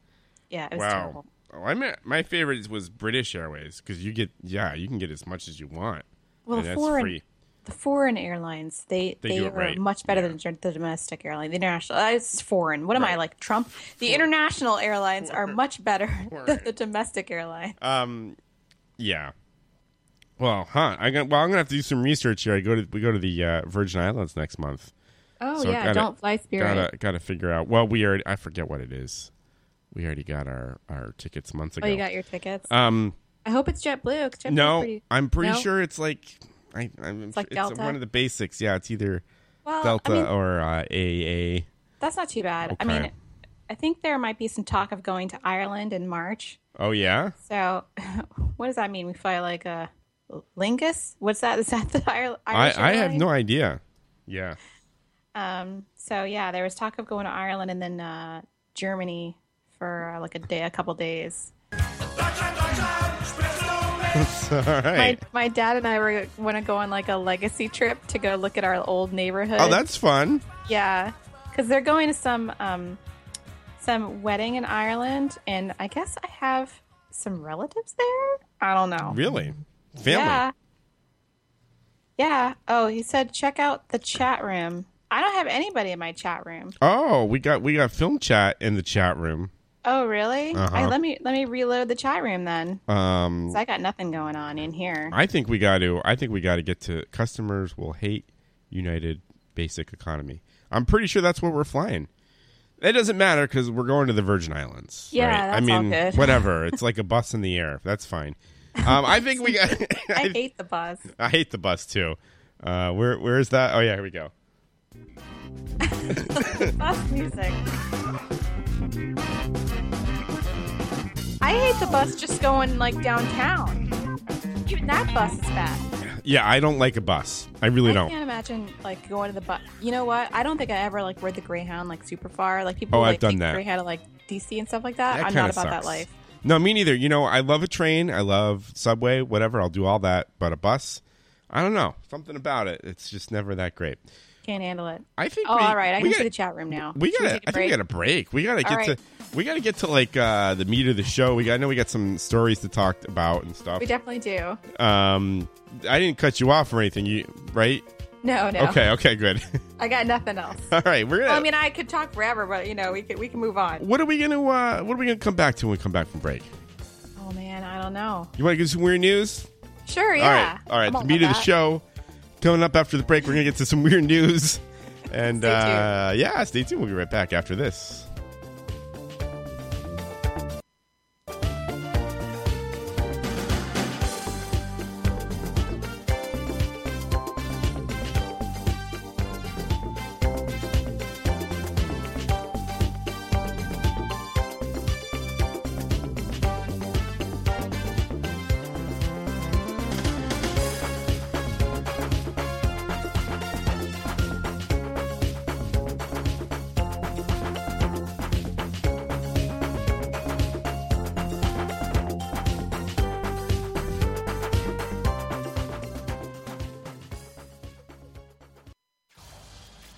[SPEAKER 4] yeah. It was
[SPEAKER 5] wow.
[SPEAKER 4] terrible.
[SPEAKER 5] Oh, I mean, my favorite was British Airways because you get yeah, you can get as much as you want.
[SPEAKER 4] Well,
[SPEAKER 5] and that's
[SPEAKER 4] foreign-
[SPEAKER 5] free.
[SPEAKER 4] the foreign airlines they
[SPEAKER 5] They
[SPEAKER 4] they,
[SPEAKER 5] do
[SPEAKER 4] are
[SPEAKER 5] it right.
[SPEAKER 4] much better than than the domestic airline the international uh, it's foreign what am i like trump the international airlines are much better than the domestic airline
[SPEAKER 5] Um, yeah. Well, huh? I got, well, I'm gonna have to do some research here. I go to we go to the uh, Virgin Islands next month.
[SPEAKER 4] oh
[SPEAKER 5] So
[SPEAKER 4] yeah
[SPEAKER 5] gotta-
[SPEAKER 4] don't fly spirit
[SPEAKER 5] Gotta gotta figure out. Well, we already I forget what it is. We already got our our tickets months ago.
[SPEAKER 4] oh you got your tickets
[SPEAKER 5] um,
[SPEAKER 4] i hope it's jetblue 'cause JetBlue's
[SPEAKER 5] no,
[SPEAKER 4] pretty-
[SPEAKER 5] I'm pretty
[SPEAKER 4] No?
[SPEAKER 5] sure it's like I, I'm, it's
[SPEAKER 4] like Delta?
[SPEAKER 5] one of the basics. Yeah, it's either
[SPEAKER 4] Well, I
[SPEAKER 5] Delta
[SPEAKER 4] mean-
[SPEAKER 5] or uh, AA.
[SPEAKER 4] that's not too bad i
[SPEAKER 5] Okay.
[SPEAKER 4] mean i think there might be some talk of going to ireland in march
[SPEAKER 5] Oh yeah,
[SPEAKER 4] so what does that mean we fly like a lingus what's that is that the Ire-
[SPEAKER 5] I
[SPEAKER 4] Irish
[SPEAKER 5] I have
[SPEAKER 4] airline?
[SPEAKER 5] no idea. Yeah.
[SPEAKER 4] Um, so yeah, there was talk of going to Ireland and then uh, Germany for uh, like a day, a couple days.
[SPEAKER 5] All
[SPEAKER 4] My
[SPEAKER 5] right.
[SPEAKER 4] my dad and I were want to go on like a legacy trip to go look at our old neighborhood.
[SPEAKER 5] Oh, that's fun.
[SPEAKER 4] yeah, because they're going to some um, some wedding in Ireland, and I guess I have some relatives there. I don't know.
[SPEAKER 5] Really, family.
[SPEAKER 4] Yeah. Yeah. Oh, he said check out the chat room. I don't have anybody in my chat room.
[SPEAKER 5] Oh, we got we got film chat in the chat room.
[SPEAKER 4] Oh, really?
[SPEAKER 5] Uh-huh.
[SPEAKER 4] I, let me let me reload the chat room then.
[SPEAKER 5] Um,
[SPEAKER 4] 'cause I got nothing going on in here.
[SPEAKER 5] I think we got to. I think we got to get to customers will hate United Basic Economy. I'm pretty sure that's what we're flying. It doesn't matter because we're going to the Virgin Islands.
[SPEAKER 4] Yeah,
[SPEAKER 5] right? I
[SPEAKER 4] that's all
[SPEAKER 5] mean,
[SPEAKER 4] good.
[SPEAKER 5] whatever. It's like a bus in the air. That's fine. Um, I think we got.
[SPEAKER 4] I,
[SPEAKER 5] I,
[SPEAKER 4] hate the buzz.
[SPEAKER 5] I hate the bus too. Uh, where where is that? Oh yeah, here we go.
[SPEAKER 4] Bus music. I hate the bus just going like downtown. Even that bus is bad.
[SPEAKER 5] Yeah, I don't like a bus. I really
[SPEAKER 4] I
[SPEAKER 5] don't.
[SPEAKER 4] can't imagine like going to the bus. You know what? I don't think I ever like rode the Greyhound like super far. Like people
[SPEAKER 5] Oh, I've
[SPEAKER 4] like
[SPEAKER 5] done
[SPEAKER 4] take
[SPEAKER 5] that.
[SPEAKER 4] Greyhound to like DC and stuff like that. I'm not
[SPEAKER 5] kinda
[SPEAKER 4] about that
[SPEAKER 5] sucks.
[SPEAKER 4] life.
[SPEAKER 5] No, me neither. You know, I love a train, I love subway, whatever. I'll do all that, but a bus, I don't know. Something about it, it's just never that great.
[SPEAKER 4] Can't handle it.
[SPEAKER 5] I think.
[SPEAKER 4] Oh,
[SPEAKER 5] we,
[SPEAKER 4] all right. I
[SPEAKER 5] we
[SPEAKER 4] can see
[SPEAKER 5] gotta-
[SPEAKER 4] the chat room now.
[SPEAKER 5] We
[SPEAKER 4] Should
[SPEAKER 5] gotta.
[SPEAKER 4] take a
[SPEAKER 5] I think we
[SPEAKER 4] break?
[SPEAKER 5] gotta break. We gotta get
[SPEAKER 4] All right.
[SPEAKER 5] to. We gotta get to like uh, the meat of the show. We got, I know we got some stories to talk about and stuff.
[SPEAKER 4] We definitely do.
[SPEAKER 5] um, I didn't cut you off or anything. You right?
[SPEAKER 4] No, no.
[SPEAKER 5] Okay. Okay. Good.
[SPEAKER 4] I got nothing else.
[SPEAKER 5] all right. We're gonna.
[SPEAKER 4] Well, I mean, I could talk forever, but you know, we could we can move on.
[SPEAKER 5] what are we gonna? Uh, what are we gonna come back to when we come back from break?
[SPEAKER 4] Oh man, I don't know.
[SPEAKER 5] You want to give some weird news?
[SPEAKER 4] Sure, yeah.
[SPEAKER 5] All right,
[SPEAKER 4] I'm
[SPEAKER 5] all right. The
[SPEAKER 4] all
[SPEAKER 5] meat of
[SPEAKER 4] about
[SPEAKER 5] the
[SPEAKER 4] that.
[SPEAKER 5] show coming up after the break. We're gonna get to some weird news, and
[SPEAKER 4] Stay tuned.
[SPEAKER 5] uh, yeah, stay tuned. We'll be right back after this.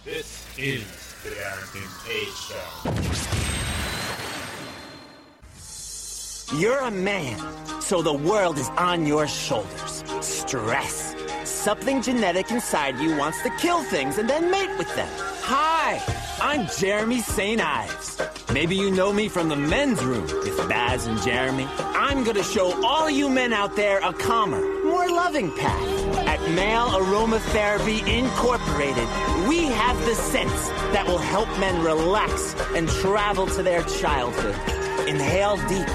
[SPEAKER 12] This is the Derek and Kay Show.
[SPEAKER 13] You're a man, so the world is on your shoulders. Stress. Something genetic inside you wants to kill things and then mate with them. Hi, I'm Jeremy St. Ives. Maybe you know me from the men's room with Baz and Jeremy. I'm going to show all you men out there a calmer, more loving path. At Male Aromatherapy Incorporated, we have the sense that will help men relax and travel to their childhood. Inhale deep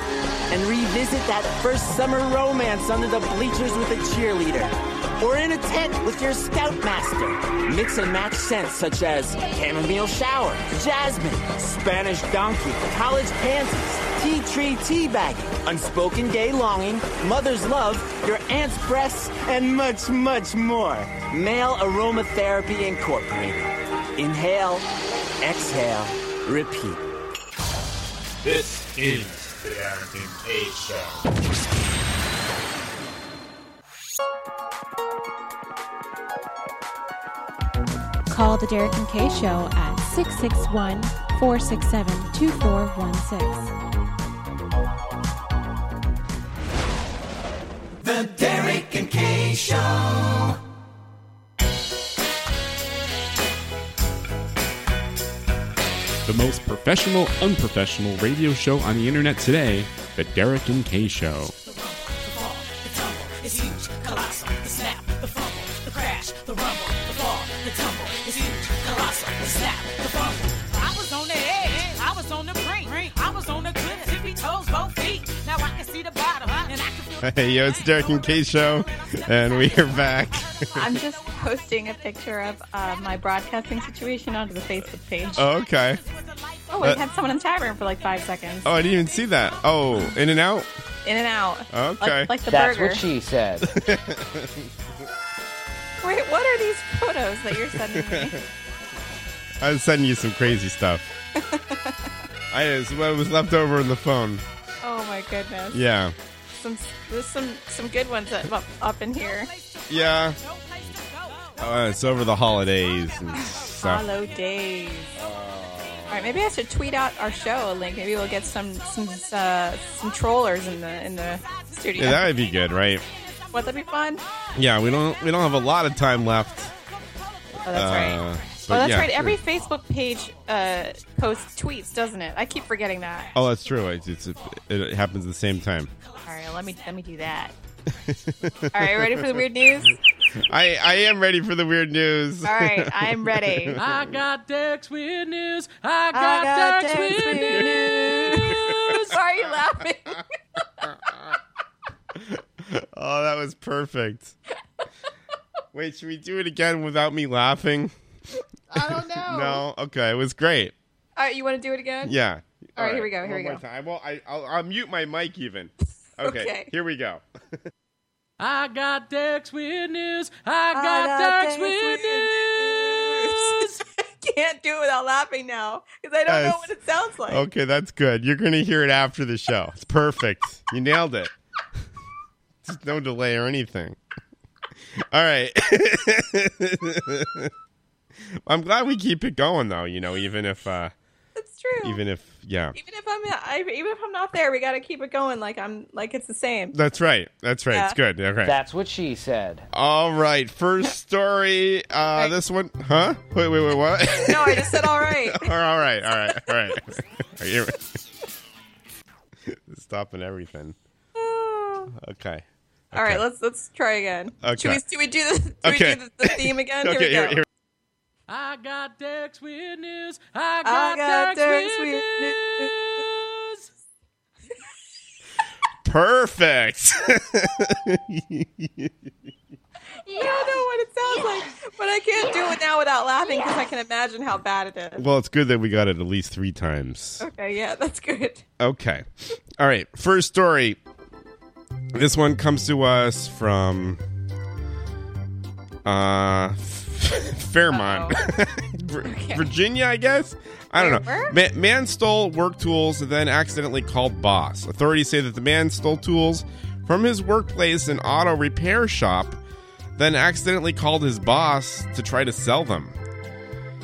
[SPEAKER 13] and revisit that first summer romance under the bleachers with a cheerleader. Or in a tent with your scoutmaster. Mix and match scents such as chamomile shower, jasmine, Spanish donkey, college pansies, tea tree tea bagging, unspoken gay longing, mother's love, your aunt's breasts, and much, much more. Male Aromatherapy Incorporated. Inhale, exhale, repeat.
[SPEAKER 12] This is the Derek and Kay Show.
[SPEAKER 3] Call the Derek and Kay Show at 661 467 2416.
[SPEAKER 14] The Derek and Kay Show.
[SPEAKER 15] The most professional, unprofessional radio show on the internet today, The Derek and Kay Show.
[SPEAKER 14] It's huge, colossal. The snap, the fumble, the crash, the rumble, the fall, the tumble. It's huge, colossal. The snap, the fumble. I was on the edge. I was on the brink. I was on the cliff. Tippy toes, both feet. Now I can see the bottom. And I can feel
[SPEAKER 5] Hey, yo, it's Derek and Kay Show, and we are back.
[SPEAKER 4] I'm just posting a picture of uh, my broadcasting situation onto the Facebook page.
[SPEAKER 5] oh, okay.
[SPEAKER 4] Oh, we've
[SPEAKER 5] Uh,
[SPEAKER 4] had someone in the chat room for like five seconds.
[SPEAKER 5] Oh, I didn't even see that. Oh, In and Out?
[SPEAKER 4] In and out.
[SPEAKER 5] Okay.
[SPEAKER 4] Like, like the burger.
[SPEAKER 5] she said.
[SPEAKER 4] Wait, what are these photos that you're sending me?
[SPEAKER 5] I was sending you some crazy stuff. I it's what was left over in the phone.
[SPEAKER 4] oh my goodness.
[SPEAKER 5] Yeah.
[SPEAKER 4] Some there's some some good ones that up, up in here.
[SPEAKER 5] Yeah. Uh, it's over the holidays and stuff.
[SPEAKER 4] Hollow days. All right, maybe I should tweet out our show a link. Maybe we'll get some some uh, some trollers in the in the studio.
[SPEAKER 5] Yeah, that would be good, right?
[SPEAKER 4] Would that be fun?
[SPEAKER 5] Yeah, we don't we don't have a lot of time left.
[SPEAKER 4] Oh, that's right.
[SPEAKER 5] Uh, but
[SPEAKER 4] Oh, that's
[SPEAKER 5] yeah,
[SPEAKER 4] right. Every
[SPEAKER 5] sure.
[SPEAKER 4] Facebook page uh, posts tweets, doesn't it? I keep forgetting that.
[SPEAKER 5] Oh, that's true. It's, it's it happens at the same time.
[SPEAKER 4] All right, let me let me do that. All right, ready for the weird news?
[SPEAKER 5] I I am ready for the weird news.
[SPEAKER 4] All right, I'm ready.
[SPEAKER 14] I got Derek's weird news. I
[SPEAKER 4] got,
[SPEAKER 14] got
[SPEAKER 4] Derek's
[SPEAKER 14] Derek's
[SPEAKER 4] weird
[SPEAKER 14] weird
[SPEAKER 4] news. Why are you laughing?
[SPEAKER 5] oh, that was perfect. Wait, should we do it again without me laughing?
[SPEAKER 4] I don't know.
[SPEAKER 5] no, okay, it was great.
[SPEAKER 4] All right, you want to do it again?
[SPEAKER 5] Yeah.
[SPEAKER 4] All right, here we go. Here
[SPEAKER 5] One
[SPEAKER 4] we go.
[SPEAKER 5] more time. Well, I, I'll, I'll mute my mic even. Okay,
[SPEAKER 14] Okay.
[SPEAKER 5] here we go.
[SPEAKER 14] I got Derek's weird news. I got,
[SPEAKER 4] got
[SPEAKER 14] Derek's
[SPEAKER 4] Derek's
[SPEAKER 14] weird news.
[SPEAKER 4] Can't do it without laughing now because I don't know
[SPEAKER 5] Yes.
[SPEAKER 4] what it sounds like.
[SPEAKER 5] Okay, that's good. You're going to hear it after the show. It's perfect. you nailed it. Just no delay or anything. All right. I'm glad we keep it going though, you know, even if uh
[SPEAKER 4] It's true.
[SPEAKER 5] even if yeah.
[SPEAKER 4] Even if I'm I, even if I'm not there, we got to keep it going. Like I'm like it's the same.
[SPEAKER 5] That's right. That's right. It's
[SPEAKER 4] Yeah.
[SPEAKER 5] good. Okay.
[SPEAKER 16] That's what she said.
[SPEAKER 5] All right. First story. Uh this one, huh? Wait, wait, wait, what?
[SPEAKER 4] No, I just said all right.
[SPEAKER 5] all right. All right. All right. Are you stopping everything? Okay.
[SPEAKER 4] All right, let's let's try again.
[SPEAKER 5] Okay.
[SPEAKER 4] Should we, do we do the, do we
[SPEAKER 5] Okay.
[SPEAKER 4] do the, the theme again? here
[SPEAKER 5] Okay,
[SPEAKER 4] we
[SPEAKER 5] here-
[SPEAKER 4] go.
[SPEAKER 5] here-
[SPEAKER 14] I got Derek's weird news. I
[SPEAKER 4] I
[SPEAKER 14] got,
[SPEAKER 4] got Derek's
[SPEAKER 14] Derek's
[SPEAKER 4] weird
[SPEAKER 14] weird news.
[SPEAKER 5] Perfect.
[SPEAKER 4] I don't know what it sounds like, but I can't do it now without laughing because I can imagine how bad it is.
[SPEAKER 5] well, it's good that we got it at least three times.
[SPEAKER 4] Okay, yeah, that's good.
[SPEAKER 5] Okay. All right. First story. This one comes to us from uh Fairmont, Vir- Virginia, I guess. I don't know. Ma- man stole work tools and then accidentally called boss. Authorities say that the man stole tools from his workplace and auto repair shop, then accidentally called his boss to try to sell them.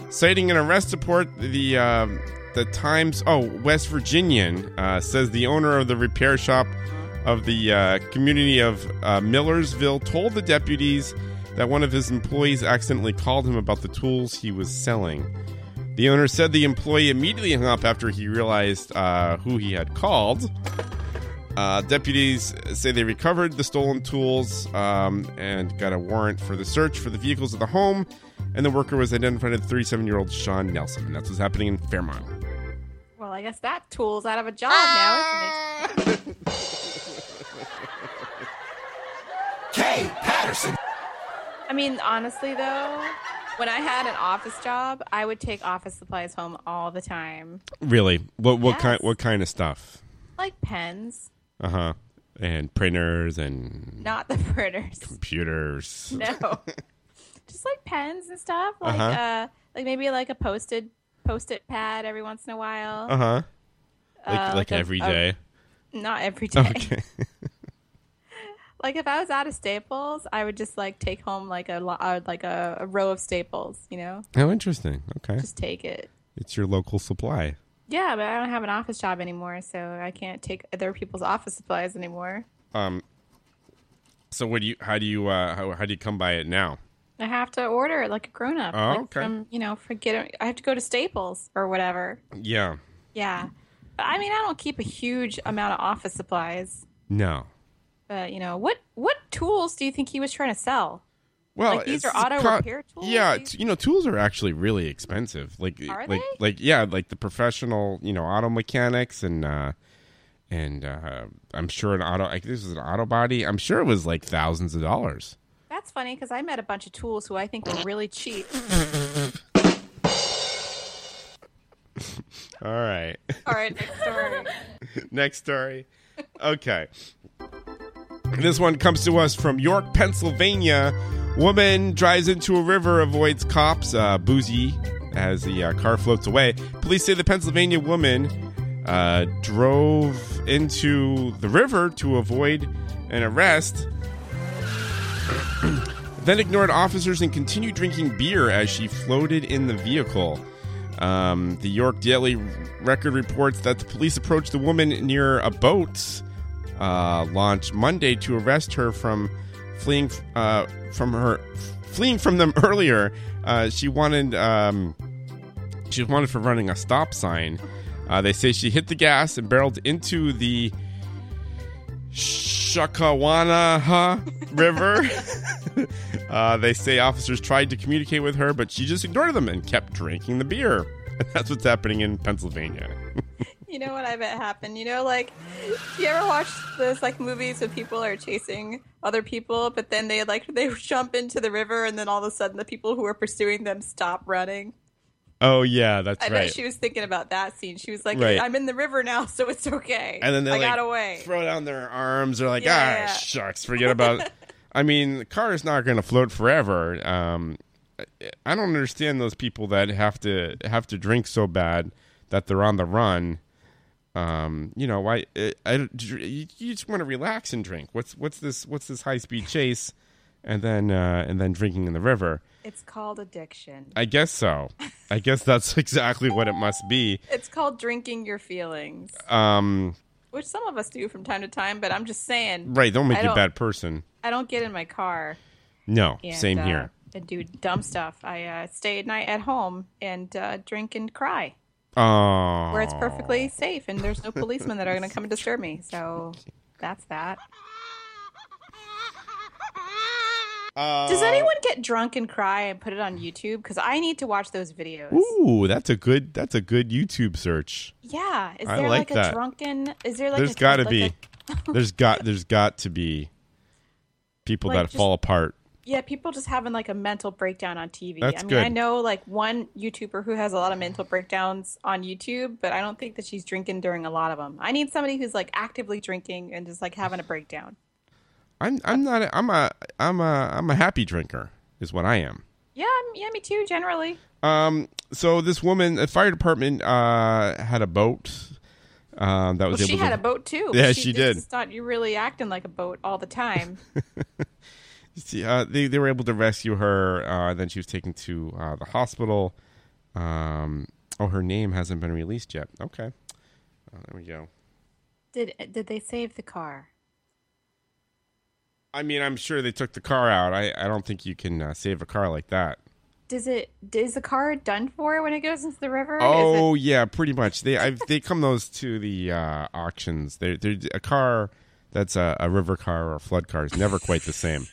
[SPEAKER 5] Citing an arrest report, the uh, the Times, oh, West Virginian, uh, says the owner of the repair shop of the uh, community of uh, Millersville told the deputies that one of his employees accidentally called him about the tools he was selling. The owner said the employee immediately hung up after he realized uh, who he had called. Uh, deputies say they recovered the stolen tools um, and got a warrant for the search for the vehicles of the home. And the worker was identified as 37 year old Sean Nelson. And that's what's happening in Fairmont.
[SPEAKER 4] Well, I guess that tool's out of a job now, isn't it?
[SPEAKER 12] K. Patterson.
[SPEAKER 4] I mean, honestly, though, when I had an office job, I would take office supplies home all the time,
[SPEAKER 5] Really? What what kind what kind of stuff?
[SPEAKER 4] like pens,
[SPEAKER 5] Uh huh. And printers and
[SPEAKER 4] not the printers.
[SPEAKER 5] computers.
[SPEAKER 4] No, just like pens and stuff, like uh
[SPEAKER 5] Uh-huh.
[SPEAKER 4] like maybe like a posted post-it pad every once in a while.
[SPEAKER 5] Uh huh. Like
[SPEAKER 4] Uh,
[SPEAKER 5] like
[SPEAKER 4] a-
[SPEAKER 5] every
[SPEAKER 4] a-
[SPEAKER 5] day.
[SPEAKER 4] Not every day.
[SPEAKER 5] Okay.
[SPEAKER 4] Like if I was out of staples, I would just like take home like a lo- uh, like a, a row of staples, you know,
[SPEAKER 5] How interesting. Okay.
[SPEAKER 4] just take it.
[SPEAKER 5] It's your local supply.
[SPEAKER 4] Yeah, but I don't have an office job anymore, so I can't take other people's office supplies anymore.
[SPEAKER 5] Um. So what do you? How do you? Uh, how how do you come by it now?
[SPEAKER 4] I have to order it like a grown up.
[SPEAKER 5] Oh,
[SPEAKER 4] like
[SPEAKER 5] okay.
[SPEAKER 4] From, you know, forget it. I have to go to Staples or whatever.
[SPEAKER 5] Yeah.
[SPEAKER 4] Yeah. But I mean, I don't keep a huge amount of office supplies.
[SPEAKER 5] No.
[SPEAKER 4] But you know, what what tools do you think he was trying to sell?
[SPEAKER 5] Well,
[SPEAKER 4] like these are
[SPEAKER 5] it's
[SPEAKER 4] auto
[SPEAKER 5] co-
[SPEAKER 4] repair tools.
[SPEAKER 5] Yeah, t- you know, tools are actually really expensive. Like,
[SPEAKER 4] Are
[SPEAKER 5] like,
[SPEAKER 4] they?
[SPEAKER 5] like, yeah, like the professional, you know, auto mechanics and uh and uh I'm sure an auto like this is an auto body. I'm sure it was like thousands of dollars.
[SPEAKER 4] That's funny because I met a bunch of tools who I think were really cheap.
[SPEAKER 5] All right.
[SPEAKER 4] All right, next story.
[SPEAKER 5] Next story. Okay. This one comes to us from York, Pennsylvania. Woman drives into a river, avoids cops, uh, boozy as the uh, car floats away. Police say the Pennsylvania woman uh, drove into the river to avoid an arrest, then ignored officers and continued drinking beer as she floated in the vehicle. Um, the York Daily Record reports that the police approached the woman near a boat uh, launch Monday to arrest her from fleeing uh, from her fleeing from them earlier. Uh, she wanted um, she was wanted for running a stop sign. Uh, they say she hit the gas and barreled into the Shakawana River. uh, they say officers tried to communicate with her, but she just ignored them and kept drinking the beer. That's what's happening in Pennsylvania.
[SPEAKER 4] You know what I bet happened? You know, like, you ever watch those like movies where people are chasing other people, but then they like they jump into the river, and then all of a sudden the people who are pursuing them stop running.
[SPEAKER 5] Oh yeah, that's
[SPEAKER 4] I
[SPEAKER 5] right.
[SPEAKER 4] bet she was thinking about that scene. She was like,
[SPEAKER 5] Right.
[SPEAKER 4] "I'm in the river now, so it's okay."
[SPEAKER 5] and then they
[SPEAKER 4] I
[SPEAKER 5] like
[SPEAKER 4] got away.
[SPEAKER 5] throw down their arms. They're like,
[SPEAKER 4] Yeah,
[SPEAKER 5] ah,
[SPEAKER 4] yeah.
[SPEAKER 5] shucks, forget about. I mean, the car is not going to float forever. Um, I- I don't understand those people that have to have to drink so bad that they're on the run. Um, you know, why? I, I, you you just want to relax and drink. What's what's this? What's this high speed chase? And then uh, and then drinking in the river.
[SPEAKER 4] It's called addiction.
[SPEAKER 5] I guess so. I guess that's exactly what it must be.
[SPEAKER 4] It's called drinking your feelings,
[SPEAKER 5] Um,
[SPEAKER 4] which some of us do from time to time. But I'm just saying,
[SPEAKER 5] right? Don't make
[SPEAKER 4] I
[SPEAKER 5] you a bad person.
[SPEAKER 4] I don't get in my car.
[SPEAKER 5] No,
[SPEAKER 4] and,
[SPEAKER 5] same
[SPEAKER 4] uh,
[SPEAKER 5] here.
[SPEAKER 4] and do dumb stuff. I uh, stay at night at home and uh, drink and cry,
[SPEAKER 5] Oh,
[SPEAKER 4] where it's perfectly safe, and there's no policemen that are going to come and disturb me. So that's that. Does anyone get drunk and cry and put it on YouTube? Because I need to watch those videos.
[SPEAKER 5] Ooh, that's a good. That's a good YouTube search.
[SPEAKER 4] Yeah, is
[SPEAKER 5] I
[SPEAKER 4] there
[SPEAKER 5] like
[SPEAKER 4] like,
[SPEAKER 5] that.
[SPEAKER 4] a drunken? Is there like
[SPEAKER 5] there's
[SPEAKER 4] a,
[SPEAKER 5] got to
[SPEAKER 4] like
[SPEAKER 5] be.
[SPEAKER 4] a-
[SPEAKER 5] there's got. There's got to be people
[SPEAKER 4] Like,
[SPEAKER 5] that
[SPEAKER 4] just-
[SPEAKER 5] fall apart.
[SPEAKER 4] yeah, people just having like a mental breakdown on TV.
[SPEAKER 5] That's
[SPEAKER 4] I mean,
[SPEAKER 5] good.
[SPEAKER 4] I know like one YouTuber who has a lot of mental breakdowns on YouTube, but I don't think that she's drinking during a lot of them. I need somebody who's like actively drinking and just like having a breakdown.
[SPEAKER 5] I'm. I'm not. A, I'm a. I'm a. I'm a happy drinker. Is what I am.
[SPEAKER 4] Yeah, m- yeah, me too. Generally,
[SPEAKER 5] Um. So this woman, the fire department, uh, had a boat. Um. That
[SPEAKER 4] well,
[SPEAKER 5] was
[SPEAKER 4] Oh, she
[SPEAKER 5] able to,
[SPEAKER 4] had a boat too.
[SPEAKER 5] Yeah, she did.
[SPEAKER 4] Just thought you really acting like a boat all the time.
[SPEAKER 5] See, uh, they, they were able to rescue her. Uh, then she was taken to uh, the hospital, Um, oh, her name hasn't been released yet. Okay. Oh, there we go.
[SPEAKER 4] Did did they save the car?
[SPEAKER 5] I mean, I'm sure they took the car out. I, I don't think you can uh, save a car like that.
[SPEAKER 4] Does it is the car done for when it goes into the river?
[SPEAKER 5] Oh
[SPEAKER 4] Is it-
[SPEAKER 5] yeah, pretty much. They I've, they come those to the uh, auctions. They're, they're a car that's a, a river car or a flood car is never quite the same.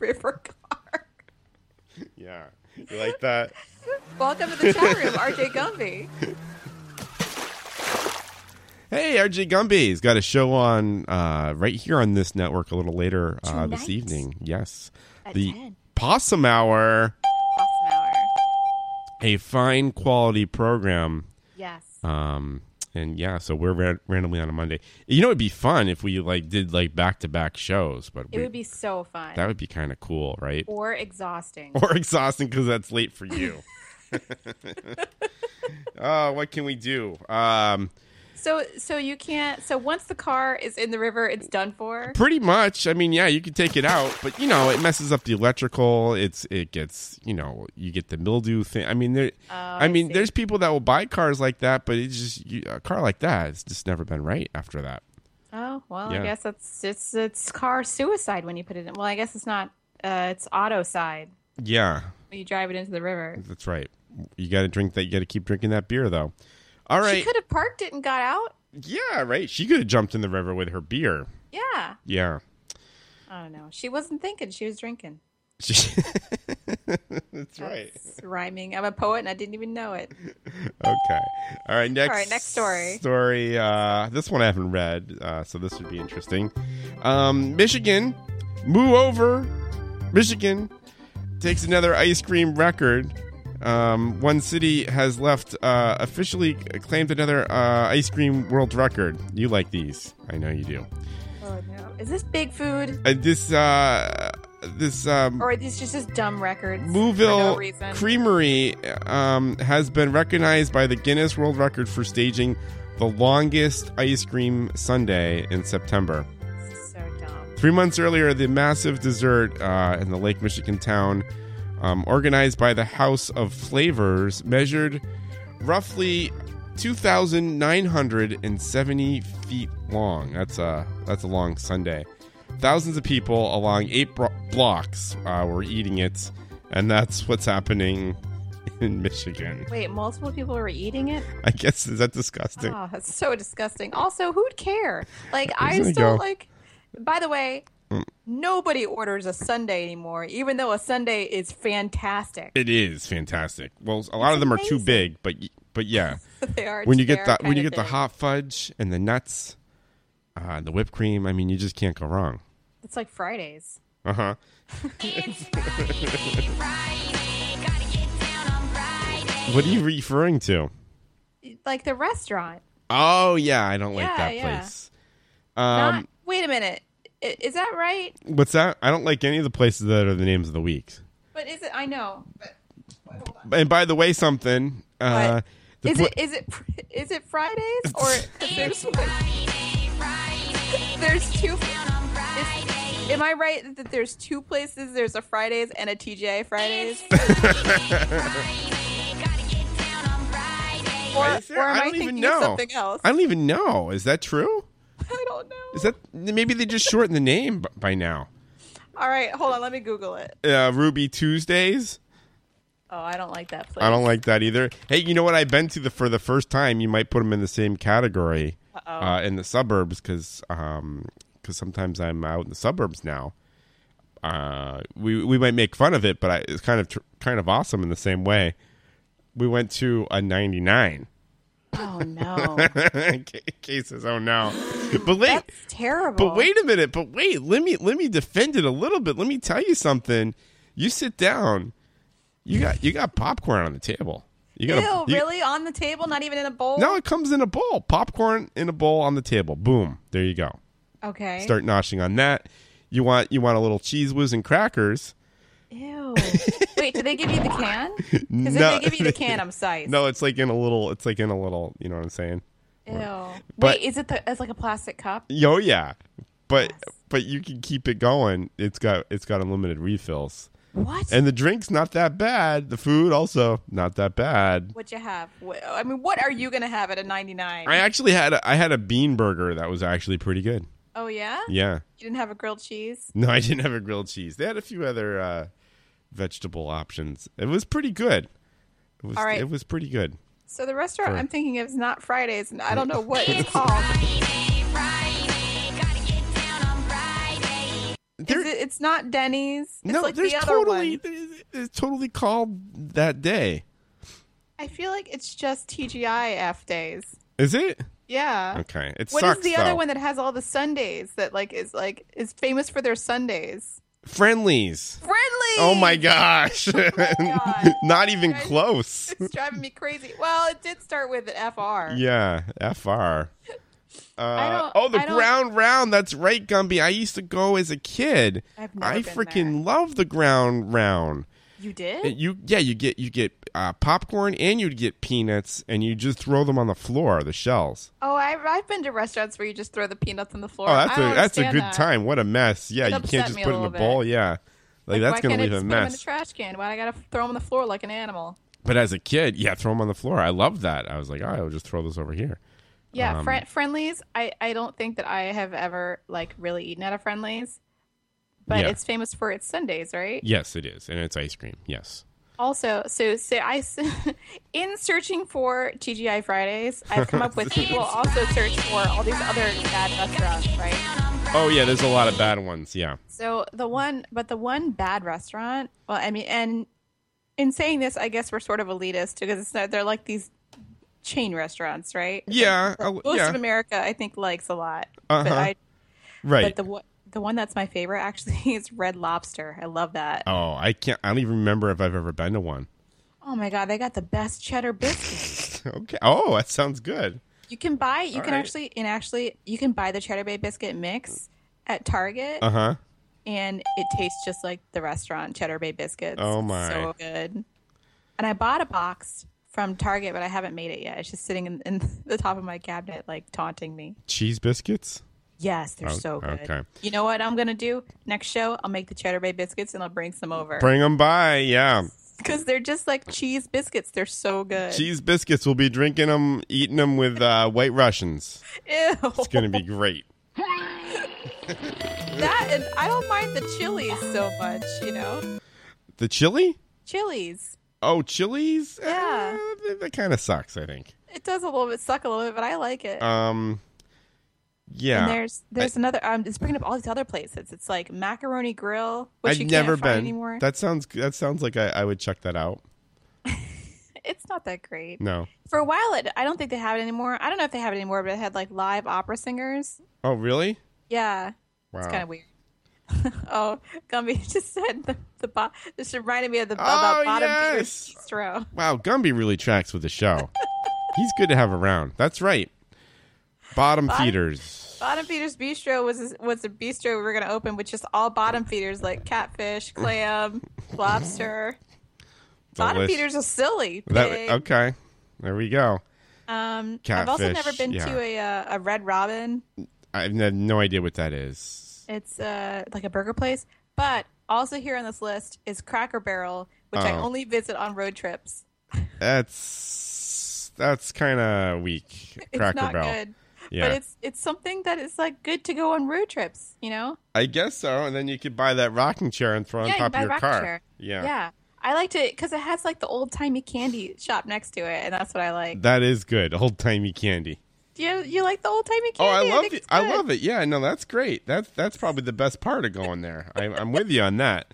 [SPEAKER 4] river car.
[SPEAKER 5] yeah, you like that?
[SPEAKER 4] Welcome to the chat room, RJ Gumby.
[SPEAKER 5] Hey, RJ Gumby's got a show on uh, right here on this network a little later uh, this
[SPEAKER 4] Tonight?
[SPEAKER 5] evening. Yes,
[SPEAKER 4] At
[SPEAKER 5] the
[SPEAKER 4] 10.
[SPEAKER 5] Possum Hour. Possum Hour. A fine quality program.
[SPEAKER 4] Yes.
[SPEAKER 5] Um, and yeah, so we're ran- randomly on a Monday. You know, it'd be fun if we like did like back to back shows, but
[SPEAKER 4] It
[SPEAKER 5] we-
[SPEAKER 4] would be so fun.
[SPEAKER 5] that would be kind of cool, right?
[SPEAKER 4] or exhausting.
[SPEAKER 5] Or exhausting because that's late for you. oh, what can we do? Um,
[SPEAKER 4] so so you can't so once the car is in the river, it's done for.
[SPEAKER 5] pretty much. I mean, yeah, you could take it out, but you know, it messes up the electrical. It's it gets you know you get the mildew thing. I mean, there.
[SPEAKER 4] Oh,
[SPEAKER 5] I, mean, there's people that will buy cars like that, but it's just you, a car like that. It's just never been right after that.
[SPEAKER 4] Oh well,
[SPEAKER 5] Yeah.
[SPEAKER 4] I guess that's it's it's car suicide when you put it in. Well, I guess it's not. Uh, it's auto side
[SPEAKER 5] Yeah,
[SPEAKER 4] when you drive it into the river.
[SPEAKER 5] that's right. You got to drink that. You got to keep drinking that beer though. All right.
[SPEAKER 4] She could have parked it and got out.
[SPEAKER 5] yeah, right. She could have jumped in the river with her beer.
[SPEAKER 4] Yeah.
[SPEAKER 5] Yeah.
[SPEAKER 4] I don't know. She wasn't thinking. She was drinking.
[SPEAKER 5] She- that's right.
[SPEAKER 4] It's rhyming. I'm a poet and I didn't even know it.
[SPEAKER 5] Okay. All right. Next.
[SPEAKER 4] All right, next story.
[SPEAKER 5] Story. Uh, this one I haven't read, uh, so this would be interesting. Um, Michigan, move over. Michigan takes another ice cream record. Um, one city has left uh, officially claimed another uh, ice cream world record. You like these? I know you do.
[SPEAKER 4] Oh no! Is this big food
[SPEAKER 5] Uh, this. Uh, this. Um,
[SPEAKER 4] or are these just just dumb records? for no
[SPEAKER 5] Mooville
[SPEAKER 4] reason?
[SPEAKER 5] Creamery um, has been recognized by the Guinness World Record for staging the longest ice cream sundae in September.
[SPEAKER 4] so dumb.
[SPEAKER 5] Three months earlier, the massive dessert uh, in the Lake Michigan town, um, organized by the House of Flavors, measured roughly 2,970 feet long. That's a that's a long Sunday. Thousands of people along eight bro- blocks uh, were eating it, and that's what's happening in Michigan.
[SPEAKER 4] Wait, multiple people were eating it.
[SPEAKER 5] I guess is that disgusting?
[SPEAKER 4] Oh, that's so disgusting. Also, who'd care? Like, I
[SPEAKER 5] There you
[SPEAKER 4] still
[SPEAKER 5] go.
[SPEAKER 4] like. By the way,
[SPEAKER 5] Mm.
[SPEAKER 4] nobody orders a Sunday anymore, even though a Sunday is fantastic.
[SPEAKER 5] It is fantastic. Well, a lot of them are too big, but y- but yeah.
[SPEAKER 4] They are
[SPEAKER 5] when you
[SPEAKER 4] they
[SPEAKER 5] get
[SPEAKER 4] are
[SPEAKER 5] the when you
[SPEAKER 4] kinda
[SPEAKER 5] get the
[SPEAKER 4] big.
[SPEAKER 5] hot fudge and the nuts, uh, the whipped cream. I mean, you just can't go wrong.
[SPEAKER 4] It's like Fridays.
[SPEAKER 5] Uh huh. What are you referring to?
[SPEAKER 4] Like the restaurant.
[SPEAKER 5] Oh yeah, I don't like
[SPEAKER 4] Yeah,
[SPEAKER 5] that
[SPEAKER 4] yeah.
[SPEAKER 5] place. Um,
[SPEAKER 4] Not, Ah, wait a minute. I- Is that right?
[SPEAKER 5] what's that? I don't like any of the places that are the names of the weeks.
[SPEAKER 4] But is it? I know. But
[SPEAKER 5] And by the way, something. Uh, the
[SPEAKER 4] is
[SPEAKER 5] pla-
[SPEAKER 4] it? Is it? Is it Fridays or 'cause there's there's two. is- am I right that there's two places? There's a Fridays and a TGI Fridays. Or,
[SPEAKER 5] Is there?
[SPEAKER 4] or am I,
[SPEAKER 5] I don't
[SPEAKER 4] thinking
[SPEAKER 5] even
[SPEAKER 4] of
[SPEAKER 5] know.
[SPEAKER 4] something else?
[SPEAKER 5] I don't even know. Is that true?
[SPEAKER 4] I don't know.
[SPEAKER 5] Is that maybe they just shortened the name b- by now?
[SPEAKER 4] All right, hold on. Let me Google it.
[SPEAKER 5] Uh, Ruby Tuesdays.
[SPEAKER 4] Oh, I don't like that place.
[SPEAKER 5] I don't like that either. Hey, you know what? I've been to the for the first time. You might put them in the same category
[SPEAKER 4] Uh-oh.
[SPEAKER 5] uh, in the suburbs because because sometimes I'm out in the suburbs now. Uh, we we might make fun of it, but I, it's kind of tr- kind of awesome in the same way. We went to a 99.
[SPEAKER 4] Oh no,
[SPEAKER 5] Cases. Oh no. But wait,
[SPEAKER 4] it's terrible.
[SPEAKER 5] but wait a minute. But wait. Let me let me defend it a little bit. Let me tell you something. You sit down. You got you got popcorn on the table. You got a,
[SPEAKER 4] Ew,
[SPEAKER 5] you-
[SPEAKER 4] really? On the table? Not even in a bowl?
[SPEAKER 5] No, it comes in a bowl. Popcorn in a bowl on the table. Boom. There you go.
[SPEAKER 4] Okay.
[SPEAKER 5] Start noshing on that. You want you want a little cheese whiz and crackers.
[SPEAKER 4] Ew. Wait, did they give you the can? Because if
[SPEAKER 5] No.
[SPEAKER 4] they give you the can, I'm psyched.
[SPEAKER 5] No, it's like in a little. It's like in a little. You know what I'm saying?
[SPEAKER 4] Ew.
[SPEAKER 5] But-
[SPEAKER 4] Wait, is it the? It's like a plastic cup.
[SPEAKER 5] Yo, yeah. But but you can keep it going. It's got it's got unlimited refills.
[SPEAKER 4] What?
[SPEAKER 5] And the drink's not that bad. The food also not that bad.
[SPEAKER 4] What'd you have? Wh- I mean, what are you gonna have at a ninety nine?
[SPEAKER 5] I actually had a, I had a bean burger that was actually pretty good.
[SPEAKER 4] Oh yeah.
[SPEAKER 5] Yeah.
[SPEAKER 4] You didn't have a grilled cheese.
[SPEAKER 5] No, I didn't have a grilled cheese. They had a few other uh, vegetable options. It was pretty good. It was,
[SPEAKER 4] All right.
[SPEAKER 5] It was pretty good.
[SPEAKER 4] So the restaurant
[SPEAKER 5] Sure.
[SPEAKER 4] I'm thinking of is not Fridays, and I don't know what it's called. Is it- it's not Denny's. It's
[SPEAKER 5] no,
[SPEAKER 4] like
[SPEAKER 5] there's
[SPEAKER 4] the other
[SPEAKER 5] totally
[SPEAKER 4] one.
[SPEAKER 5] there's- it's totally called that day.
[SPEAKER 4] I feel like it's just TGIF days.
[SPEAKER 5] Is it?
[SPEAKER 4] Yeah.
[SPEAKER 5] Okay. It
[SPEAKER 4] What is
[SPEAKER 5] sucks.
[SPEAKER 4] the other
[SPEAKER 5] though.
[SPEAKER 4] one that has all the Sundays that like is like is famous for their Sundays?
[SPEAKER 5] Friendlies.
[SPEAKER 4] Friendly.
[SPEAKER 5] Oh my gosh.
[SPEAKER 4] Oh
[SPEAKER 5] Not even
[SPEAKER 4] Guys,
[SPEAKER 5] close.
[SPEAKER 4] It's driving me crazy. Well, it did start with an FR.
[SPEAKER 5] Yeah, FR. Uh,
[SPEAKER 4] don't-
[SPEAKER 5] oh, the
[SPEAKER 4] I don't-
[SPEAKER 5] ground round. That's right, Gumby. I used to go as a kid.
[SPEAKER 4] I've never
[SPEAKER 5] I
[SPEAKER 4] been
[SPEAKER 5] freaking love the ground round.
[SPEAKER 4] You did?
[SPEAKER 5] It- You yeah, you get you get uh, popcorn and you'd get peanuts and you just throw them on the floor, the shells.
[SPEAKER 4] Oh, I've, I've been to restaurants where you just throw the peanuts on the floor.
[SPEAKER 5] Oh, that's
[SPEAKER 4] I don't
[SPEAKER 5] a that's a
[SPEAKER 4] understand
[SPEAKER 5] good
[SPEAKER 4] that.
[SPEAKER 5] time. What a mess. Yeah,
[SPEAKER 4] It
[SPEAKER 5] you
[SPEAKER 4] upset
[SPEAKER 5] can't just
[SPEAKER 4] me a
[SPEAKER 5] put it in a
[SPEAKER 4] little
[SPEAKER 5] bowl.
[SPEAKER 4] bit.
[SPEAKER 5] Yeah, like, that's
[SPEAKER 4] Why
[SPEAKER 5] gonna
[SPEAKER 4] can't I
[SPEAKER 5] leave
[SPEAKER 4] just
[SPEAKER 5] a
[SPEAKER 4] put 'em in
[SPEAKER 5] mess.
[SPEAKER 4] the trash can? Why do I gotta throw them on the floor like an animal?
[SPEAKER 5] But as a kid, yeah, throw them on the floor. I love that. I was like, all right, I'll just throw this over here.
[SPEAKER 4] Yeah,
[SPEAKER 5] Um,
[SPEAKER 4] fri- friendlies. I, I don't think that I have ever like really eaten at a friendlies, but
[SPEAKER 5] Yeah.
[SPEAKER 4] it's famous for its Sundays, right?
[SPEAKER 5] Yes, it is, and it's ice cream. Yes.
[SPEAKER 4] Also, so so I s- in searching for TGI Fridays, I've come up with people also search for all these other bad restaurants, right?
[SPEAKER 5] Oh yeah, there's a lot of bad ones. Yeah.
[SPEAKER 4] So the one, but the one bad restaurant. Well, I mean, and in saying this, I guess we're sort of elitist because it's not. They're like these chain restaurants, right?
[SPEAKER 5] Yeah. I-
[SPEAKER 4] Most
[SPEAKER 5] yeah.
[SPEAKER 4] of America, I think, likes a lot, but
[SPEAKER 5] Uh-huh.
[SPEAKER 4] I But
[SPEAKER 5] Right.
[SPEAKER 4] the one- the one that's my favorite actually is Red Lobster. I love that.
[SPEAKER 5] oh, I can't. I don't even remember if I've ever been to one.
[SPEAKER 4] Oh my god, they got the best cheddar biscuits.
[SPEAKER 5] okay. Oh, that sounds good.
[SPEAKER 4] You can buy you
[SPEAKER 5] All
[SPEAKER 4] can
[SPEAKER 5] right.
[SPEAKER 4] actually and actually you can buy the cheddar bay biscuit mix at Target
[SPEAKER 5] Uh huh.
[SPEAKER 4] and it tastes just like the restaurant cheddar bay biscuits.
[SPEAKER 5] Oh
[SPEAKER 4] It's
[SPEAKER 5] my.
[SPEAKER 4] so good. And I bought a box from Target, but I haven't made it yet. It's just sitting in, in the top of my cabinet, like taunting me.
[SPEAKER 5] Cheese biscuits.
[SPEAKER 4] Yes, they're
[SPEAKER 5] Oh,
[SPEAKER 4] so good.
[SPEAKER 5] okay.
[SPEAKER 4] You know what I'm gonna do next show? I'll make the cheddar bay biscuits and I'll bring some over.
[SPEAKER 5] Bring them by. Yeah.
[SPEAKER 4] because they're just like cheese biscuits. They're so good.
[SPEAKER 5] Cheese biscuits. We'll be drinking them, eating them with uh, white Russians.
[SPEAKER 4] Ew.
[SPEAKER 5] It's gonna be great.
[SPEAKER 4] that and I don't mind the chilies so much. You know,
[SPEAKER 5] The chili.
[SPEAKER 4] chilies.
[SPEAKER 5] Oh, chilies.
[SPEAKER 4] Yeah,
[SPEAKER 5] Eh, that- that kind of sucks. I think.
[SPEAKER 4] it does a little bit suck a little bit, but I like it.
[SPEAKER 5] Um. Yeah.
[SPEAKER 4] And there's there's another. I'm just bringing up all these other places. It's like Macaroni Grill, which
[SPEAKER 5] I've
[SPEAKER 4] you
[SPEAKER 5] never
[SPEAKER 4] can't find
[SPEAKER 5] been.
[SPEAKER 4] anymore.
[SPEAKER 5] That sounds that sounds like I, I would check that out.
[SPEAKER 4] It's not that great.
[SPEAKER 5] No.
[SPEAKER 4] For a while, it, I don't think they have it anymore. I don't know if they have it anymore, but it had like live opera singers.
[SPEAKER 5] Oh really?
[SPEAKER 4] Yeah. It's
[SPEAKER 5] Wow.
[SPEAKER 4] kind of weird. oh, Gumby just said the, the bo- this reminded me of the
[SPEAKER 5] Oh,
[SPEAKER 4] about bottom feeder
[SPEAKER 5] yes.
[SPEAKER 4] bistro.
[SPEAKER 5] Wow, Gumby really tracks with the show. He's good to have around. That's right. Bottom
[SPEAKER 4] Bottom-
[SPEAKER 5] feeders.
[SPEAKER 4] Bottom feeders bistro was was a bistro we were going to open with just all bottom feeders like catfish, clam, lobster. Bottom
[SPEAKER 5] Delish.
[SPEAKER 4] feeders are silly.
[SPEAKER 5] That- uh,
[SPEAKER 4] pig.
[SPEAKER 5] okay. There we go.
[SPEAKER 4] Um, I've also
[SPEAKER 5] Catfish,
[SPEAKER 4] never been
[SPEAKER 5] yeah.
[SPEAKER 4] to a uh, a Red Robin.
[SPEAKER 5] I have no idea what that is.
[SPEAKER 4] It's uh, like a burger place, but also here on this list is Cracker Barrel, which I
[SPEAKER 5] Oh.
[SPEAKER 4] only visit on road trips.
[SPEAKER 5] That's that's kind of weak.
[SPEAKER 4] It's
[SPEAKER 5] Cracker
[SPEAKER 4] not
[SPEAKER 5] Barrel.
[SPEAKER 4] good.
[SPEAKER 5] Yeah.
[SPEAKER 4] But it's it's something that is like good to go on road trips, you know?
[SPEAKER 5] I guess so. And then you could buy that rocking chair and throw
[SPEAKER 4] yeah,
[SPEAKER 5] on
[SPEAKER 4] you
[SPEAKER 5] top
[SPEAKER 4] buy
[SPEAKER 5] of
[SPEAKER 4] a
[SPEAKER 5] your
[SPEAKER 4] rocking
[SPEAKER 5] car.
[SPEAKER 4] chair.
[SPEAKER 5] Yeah.
[SPEAKER 4] Yeah. I liked it because it has like the old timey candy shop next to it, and that's what I like.
[SPEAKER 5] That is good. Old timey candy.
[SPEAKER 4] Do you, you like the old timey
[SPEAKER 5] Oh,
[SPEAKER 4] candy?
[SPEAKER 5] I love
[SPEAKER 4] think
[SPEAKER 5] it.
[SPEAKER 4] it's
[SPEAKER 5] I
[SPEAKER 4] good.
[SPEAKER 5] love it. Yeah, no, that's great. That's that's probably the best part of going there. I, I'm with you on that.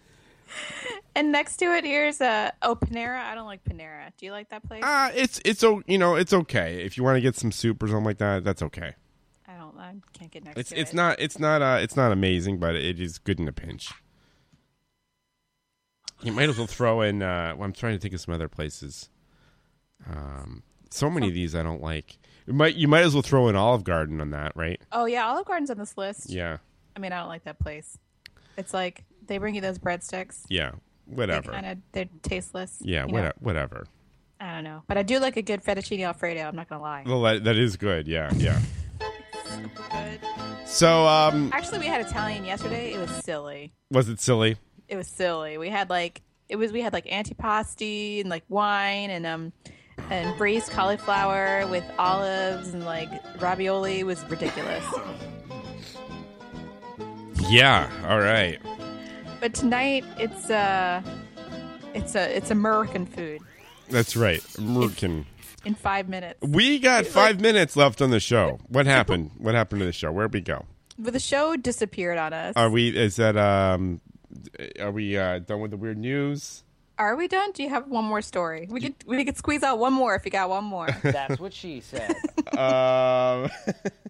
[SPEAKER 4] And next to it here's a oh Panera. I don't like Panera. Do you like that place?
[SPEAKER 5] Uh, it's it's o- you know it's okay if you want to get some soup or something like that. That's okay.
[SPEAKER 4] I don't. I can't get next
[SPEAKER 5] It's
[SPEAKER 4] to
[SPEAKER 5] it's
[SPEAKER 4] it.
[SPEAKER 5] not it's not uh it's not amazing, but it is good in a pinch. You might as well throw in. Uh, well, I'm trying to think of some other places. Um, so many
[SPEAKER 4] Oh.
[SPEAKER 5] of these I don't like. You might you might as well throw in Olive Garden on that, right?
[SPEAKER 4] Oh yeah, Olive Garden's on this list.
[SPEAKER 5] Yeah,
[SPEAKER 4] I mean, I don't like that place. It's like they bring you those breadsticks.
[SPEAKER 5] yeah, whatever.
[SPEAKER 4] They kind of they're tasteless. you
[SPEAKER 5] yeah,
[SPEAKER 4] know?
[SPEAKER 5] whatever. Whatever.
[SPEAKER 4] I don't know, but I do like a good fettuccine alfredo. I'm not gonna lie.
[SPEAKER 5] Well, that, that is good. Yeah, yeah. so um,
[SPEAKER 4] Actually, we had Italian yesterday. It was silly.
[SPEAKER 5] was it silly?
[SPEAKER 4] it was silly. We had like it was we had like antipasti and like wine and um and braised cauliflower with olives and like ravioli was ridiculous.
[SPEAKER 5] Yeah. All right.
[SPEAKER 4] But tonight it's uh it's a it's American food
[SPEAKER 5] That's right. American.
[SPEAKER 4] in five minutes.
[SPEAKER 5] We got five minutes left on the show. What happened? What happened to the show? Where'd we go?
[SPEAKER 4] But the show disappeared on us.
[SPEAKER 5] Are we? Is that um? Are we uh, done with the weird news?
[SPEAKER 4] Are we done? Do you have one more story? We could we could squeeze out one more if you got one more.
[SPEAKER 5] That's
[SPEAKER 4] what she said.
[SPEAKER 5] um.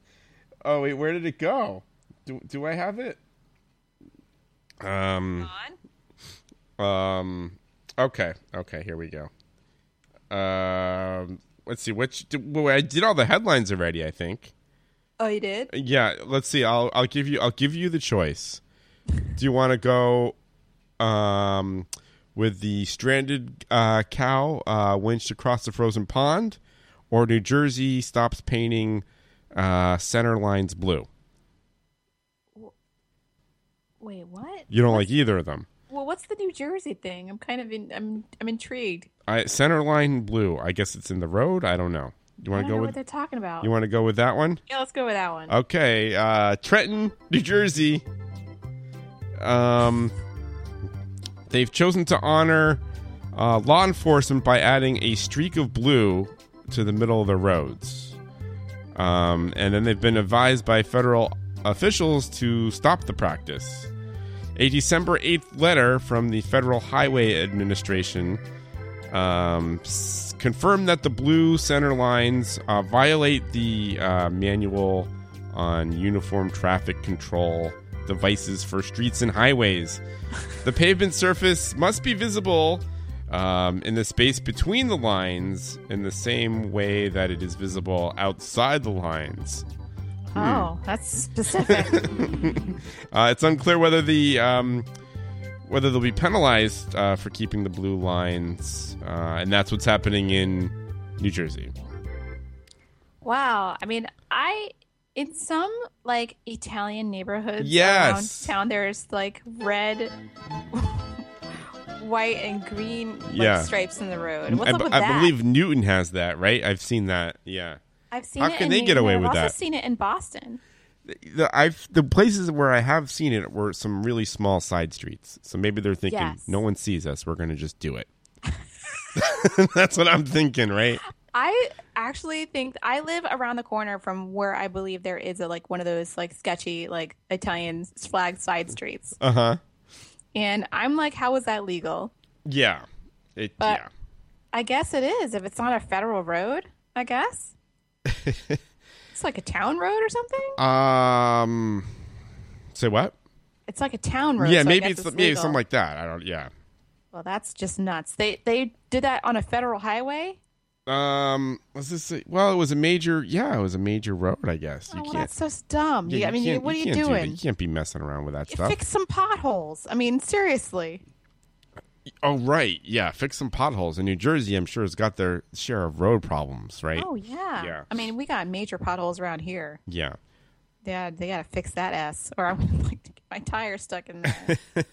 [SPEAKER 5] oh wait, where did it go? Do Do I have it? Um. Um. Okay. Okay. Here we go. Um. Let's see. Which do- well, I did all the headlines already. I think.
[SPEAKER 4] oh, you did?
[SPEAKER 5] Yeah, let's see. I'll I'll give you I'll give you the choice. Do you want to go um with the stranded uh, cow uh, winched across the frozen pond, or New Jersey stops painting uh, center lines blue?
[SPEAKER 4] Wait, what?
[SPEAKER 5] You don't like either of them.
[SPEAKER 4] Well, what's the New Jersey thing? I'm kind of in, I'm I'm intrigued.
[SPEAKER 5] I, center line blue. I guess it's in the road. I don't know. You
[SPEAKER 4] I don't
[SPEAKER 5] want to go
[SPEAKER 4] know
[SPEAKER 5] with
[SPEAKER 4] what they're talking about.
[SPEAKER 5] You want to go with that one?
[SPEAKER 4] yeah, let's go with that one.
[SPEAKER 5] Okay, uh, Trenton, New Jersey. Um, they've chosen to honor uh, law enforcement by adding a streak of blue to the middle of the roads. Um, and then they've been advised by federal officials to stop the practice. A December 8th letter from the Federal Highway Administration um, s- confirmed that the blue center lines uh, violate the uh, manual on uniform traffic control devices for streets and highways. the pavement surface must be visible um, in the space between the lines in the same way that it is visible outside the lines.
[SPEAKER 4] Oh, that's specific.
[SPEAKER 5] Uh, it's unclear whether the um, whether they'll be penalized uh, for keeping the blue lines, uh, and that's what's happening in New Jersey.
[SPEAKER 4] wow. I mean, I in some like Italian neighborhoods
[SPEAKER 5] Yes.
[SPEAKER 4] around town, there's like red, white, and green like,
[SPEAKER 5] Yeah.
[SPEAKER 4] stripes in the road. What's
[SPEAKER 5] I,
[SPEAKER 4] up with
[SPEAKER 5] I
[SPEAKER 4] that?
[SPEAKER 5] believe Newton has that, right? I've seen that. Yeah,
[SPEAKER 4] I've seen
[SPEAKER 5] How
[SPEAKER 4] it.
[SPEAKER 5] can
[SPEAKER 4] in
[SPEAKER 5] they
[SPEAKER 4] New
[SPEAKER 5] get away
[SPEAKER 4] York.
[SPEAKER 5] with
[SPEAKER 4] I've
[SPEAKER 5] that?
[SPEAKER 4] also seen it in Boston.
[SPEAKER 5] the, I've the places where I have seen it were some really small side streets. So maybe they're thinking,
[SPEAKER 4] Yes.
[SPEAKER 5] no one sees us. We're going to just do it. that's what I'm thinking, right?
[SPEAKER 4] I actually think I live around the corner from where I believe there is a like one of those like sketchy like Italian flag side streets,
[SPEAKER 5] Uh huh.
[SPEAKER 4] and I'm like, how is that legal?
[SPEAKER 5] Yeah. It,
[SPEAKER 4] But
[SPEAKER 5] yeah.
[SPEAKER 4] I guess it is if it's on a federal road. I guess it's like a town road or something.
[SPEAKER 5] Uh, Um. Say what?
[SPEAKER 4] It's like a town road.
[SPEAKER 5] yeah,
[SPEAKER 4] so I
[SPEAKER 5] maybe
[SPEAKER 4] guess
[SPEAKER 5] it's, maybe
[SPEAKER 4] legal.
[SPEAKER 5] something like that. I don't. Yeah.
[SPEAKER 4] Well, that's just nuts. They they did that on a federal highway.
[SPEAKER 5] Um. Was this? A, well, it was a major. Yeah, it was a major road. I guess you
[SPEAKER 4] Oh, Well,
[SPEAKER 5] can't.
[SPEAKER 4] that's so dumb.
[SPEAKER 5] yeah,
[SPEAKER 4] You- I mean, you-
[SPEAKER 5] can't-
[SPEAKER 4] what are you
[SPEAKER 5] can't do that.
[SPEAKER 4] doing?
[SPEAKER 5] you can't be messing around with that stuff.
[SPEAKER 4] Fix some potholes. I mean, seriously.
[SPEAKER 5] oh right, yeah. Fix some potholes in New Jersey. I'm sure has got their share of road problems, right?
[SPEAKER 4] Oh yeah.
[SPEAKER 5] Yeah.
[SPEAKER 4] I mean, we got major potholes around here.
[SPEAKER 5] Yeah.
[SPEAKER 4] Yeah, they gotta fix that ass, or I'm like to get my tire stuck in there.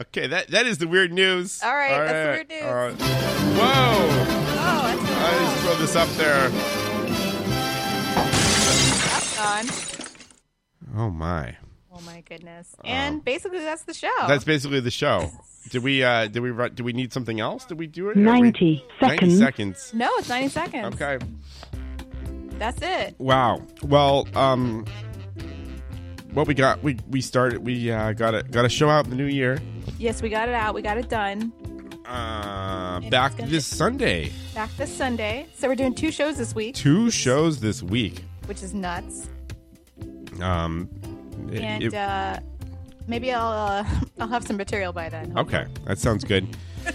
[SPEAKER 5] okay, that that is the weird news.
[SPEAKER 4] All right, that's the weird
[SPEAKER 5] news. Whoa!
[SPEAKER 4] Oh,
[SPEAKER 5] I just throw this up there.
[SPEAKER 4] That's gone.
[SPEAKER 5] Oh my.
[SPEAKER 4] Oh my goodness. And basically, that's the show.
[SPEAKER 5] That's basically the show. Did we uh did we ru- do we need something else? Did we do it? Are we-
[SPEAKER 4] 90
[SPEAKER 5] 90
[SPEAKER 4] seconds.
[SPEAKER 5] seconds.
[SPEAKER 4] no, it's 90 seconds.
[SPEAKER 5] Okay.
[SPEAKER 4] That's it.
[SPEAKER 5] Wow. Well, um, what we got? We we started. We uh, got a got a show out in the new year.
[SPEAKER 4] Yes, we got it out. We got it done.
[SPEAKER 5] Uh, back this Sunday.
[SPEAKER 4] Back this Sunday. So we're doing two shows this week,
[SPEAKER 5] Two shows this week.
[SPEAKER 4] which is nuts.
[SPEAKER 5] Um, it-
[SPEAKER 4] and
[SPEAKER 5] it-
[SPEAKER 4] uh, maybe I'll uh, I'll have some material by then.
[SPEAKER 5] okay, that sounds good.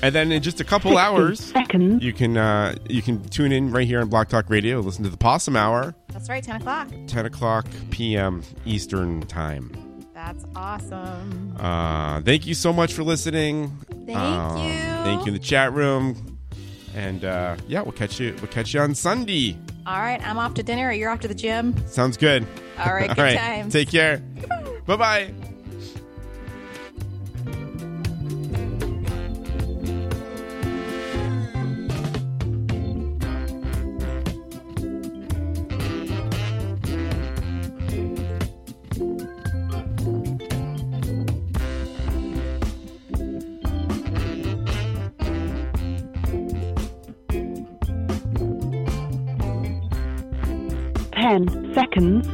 [SPEAKER 5] And then in just a couple hours, you can uh, you can tune in right here on Block Talk Radio. Listen to the Possum Hour,
[SPEAKER 4] That's right, 10 o'clock.
[SPEAKER 5] ten o'clock p.m. Eastern time.
[SPEAKER 4] That's awesome.
[SPEAKER 5] Uh, thank you so much for listening.
[SPEAKER 4] Thank
[SPEAKER 5] you. Thank you in the chat room. And uh, yeah, we'll catch you. We'll catch you on Sunday.
[SPEAKER 4] All right, I'm off to dinner. You're off to the gym.
[SPEAKER 5] Sounds good.
[SPEAKER 4] All right, good times.
[SPEAKER 5] Take care. Bye bye.
[SPEAKER 16] 10 seconds.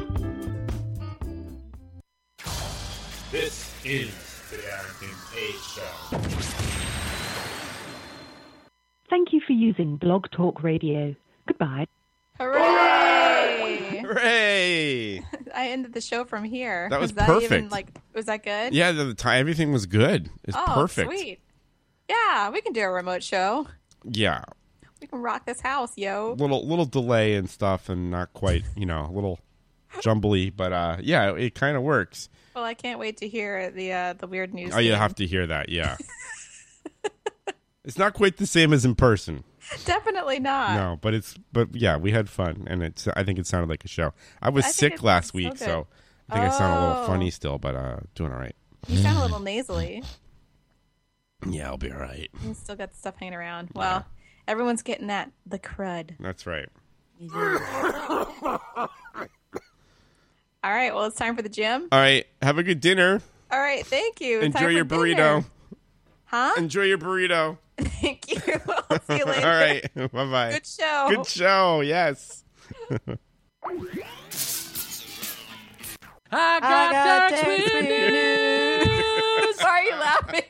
[SPEAKER 12] This is the Darrington Age Show.
[SPEAKER 16] Thank you for using Blog Talk Radio. Goodbye.
[SPEAKER 4] Hooray!
[SPEAKER 5] Hooray!
[SPEAKER 4] I ended the show from here.
[SPEAKER 5] That was
[SPEAKER 4] Even,
[SPEAKER 5] perfect.
[SPEAKER 4] like, was that good?
[SPEAKER 5] Yeah, the, the time everything was good. It's
[SPEAKER 4] oh,
[SPEAKER 5] perfect.
[SPEAKER 4] Sweet. Yeah, we can do a remote show.
[SPEAKER 5] Yeah,
[SPEAKER 4] We can rock this house, yo.
[SPEAKER 5] little little delay and stuff, and not quite, you know, a little jumbly, but uh, yeah, it, kind of works.
[SPEAKER 4] Well, I can't wait to hear the uh, the weird news.
[SPEAKER 5] Oh, you
[SPEAKER 4] thing.
[SPEAKER 5] have to hear that. Yeah, it's not quite the same as in person.
[SPEAKER 4] Definitely not.
[SPEAKER 5] No, but it's but yeah, we had fun, and it's I think it sounded like a show. I was
[SPEAKER 4] I think it
[SPEAKER 5] sick last
[SPEAKER 4] sounds so
[SPEAKER 5] week,
[SPEAKER 4] good.
[SPEAKER 5] so I think I sound a
[SPEAKER 4] Oh.
[SPEAKER 5] little funny still, but uh, doing all right.
[SPEAKER 4] You sound a little nasally.
[SPEAKER 5] Yeah, I'll be all right.
[SPEAKER 4] You still got the stuff hanging around. Well, everyone's getting that the crud.
[SPEAKER 5] That's right.
[SPEAKER 4] All right. Well, it's time for the gym.
[SPEAKER 5] All right, have a good dinner.
[SPEAKER 4] All right. Thank you. It's
[SPEAKER 5] Enjoy
[SPEAKER 4] time
[SPEAKER 5] your
[SPEAKER 4] for
[SPEAKER 5] burrito.
[SPEAKER 4] dinner. Huh?
[SPEAKER 5] Enjoy your burrito.
[SPEAKER 4] Thank you. I'll see you
[SPEAKER 5] all
[SPEAKER 4] later.
[SPEAKER 5] right, bye bye.
[SPEAKER 4] Good show.
[SPEAKER 5] Good show. Yes.
[SPEAKER 14] I
[SPEAKER 4] got
[SPEAKER 14] got
[SPEAKER 4] that
[SPEAKER 14] that
[SPEAKER 4] tweet news. Why are you laughing?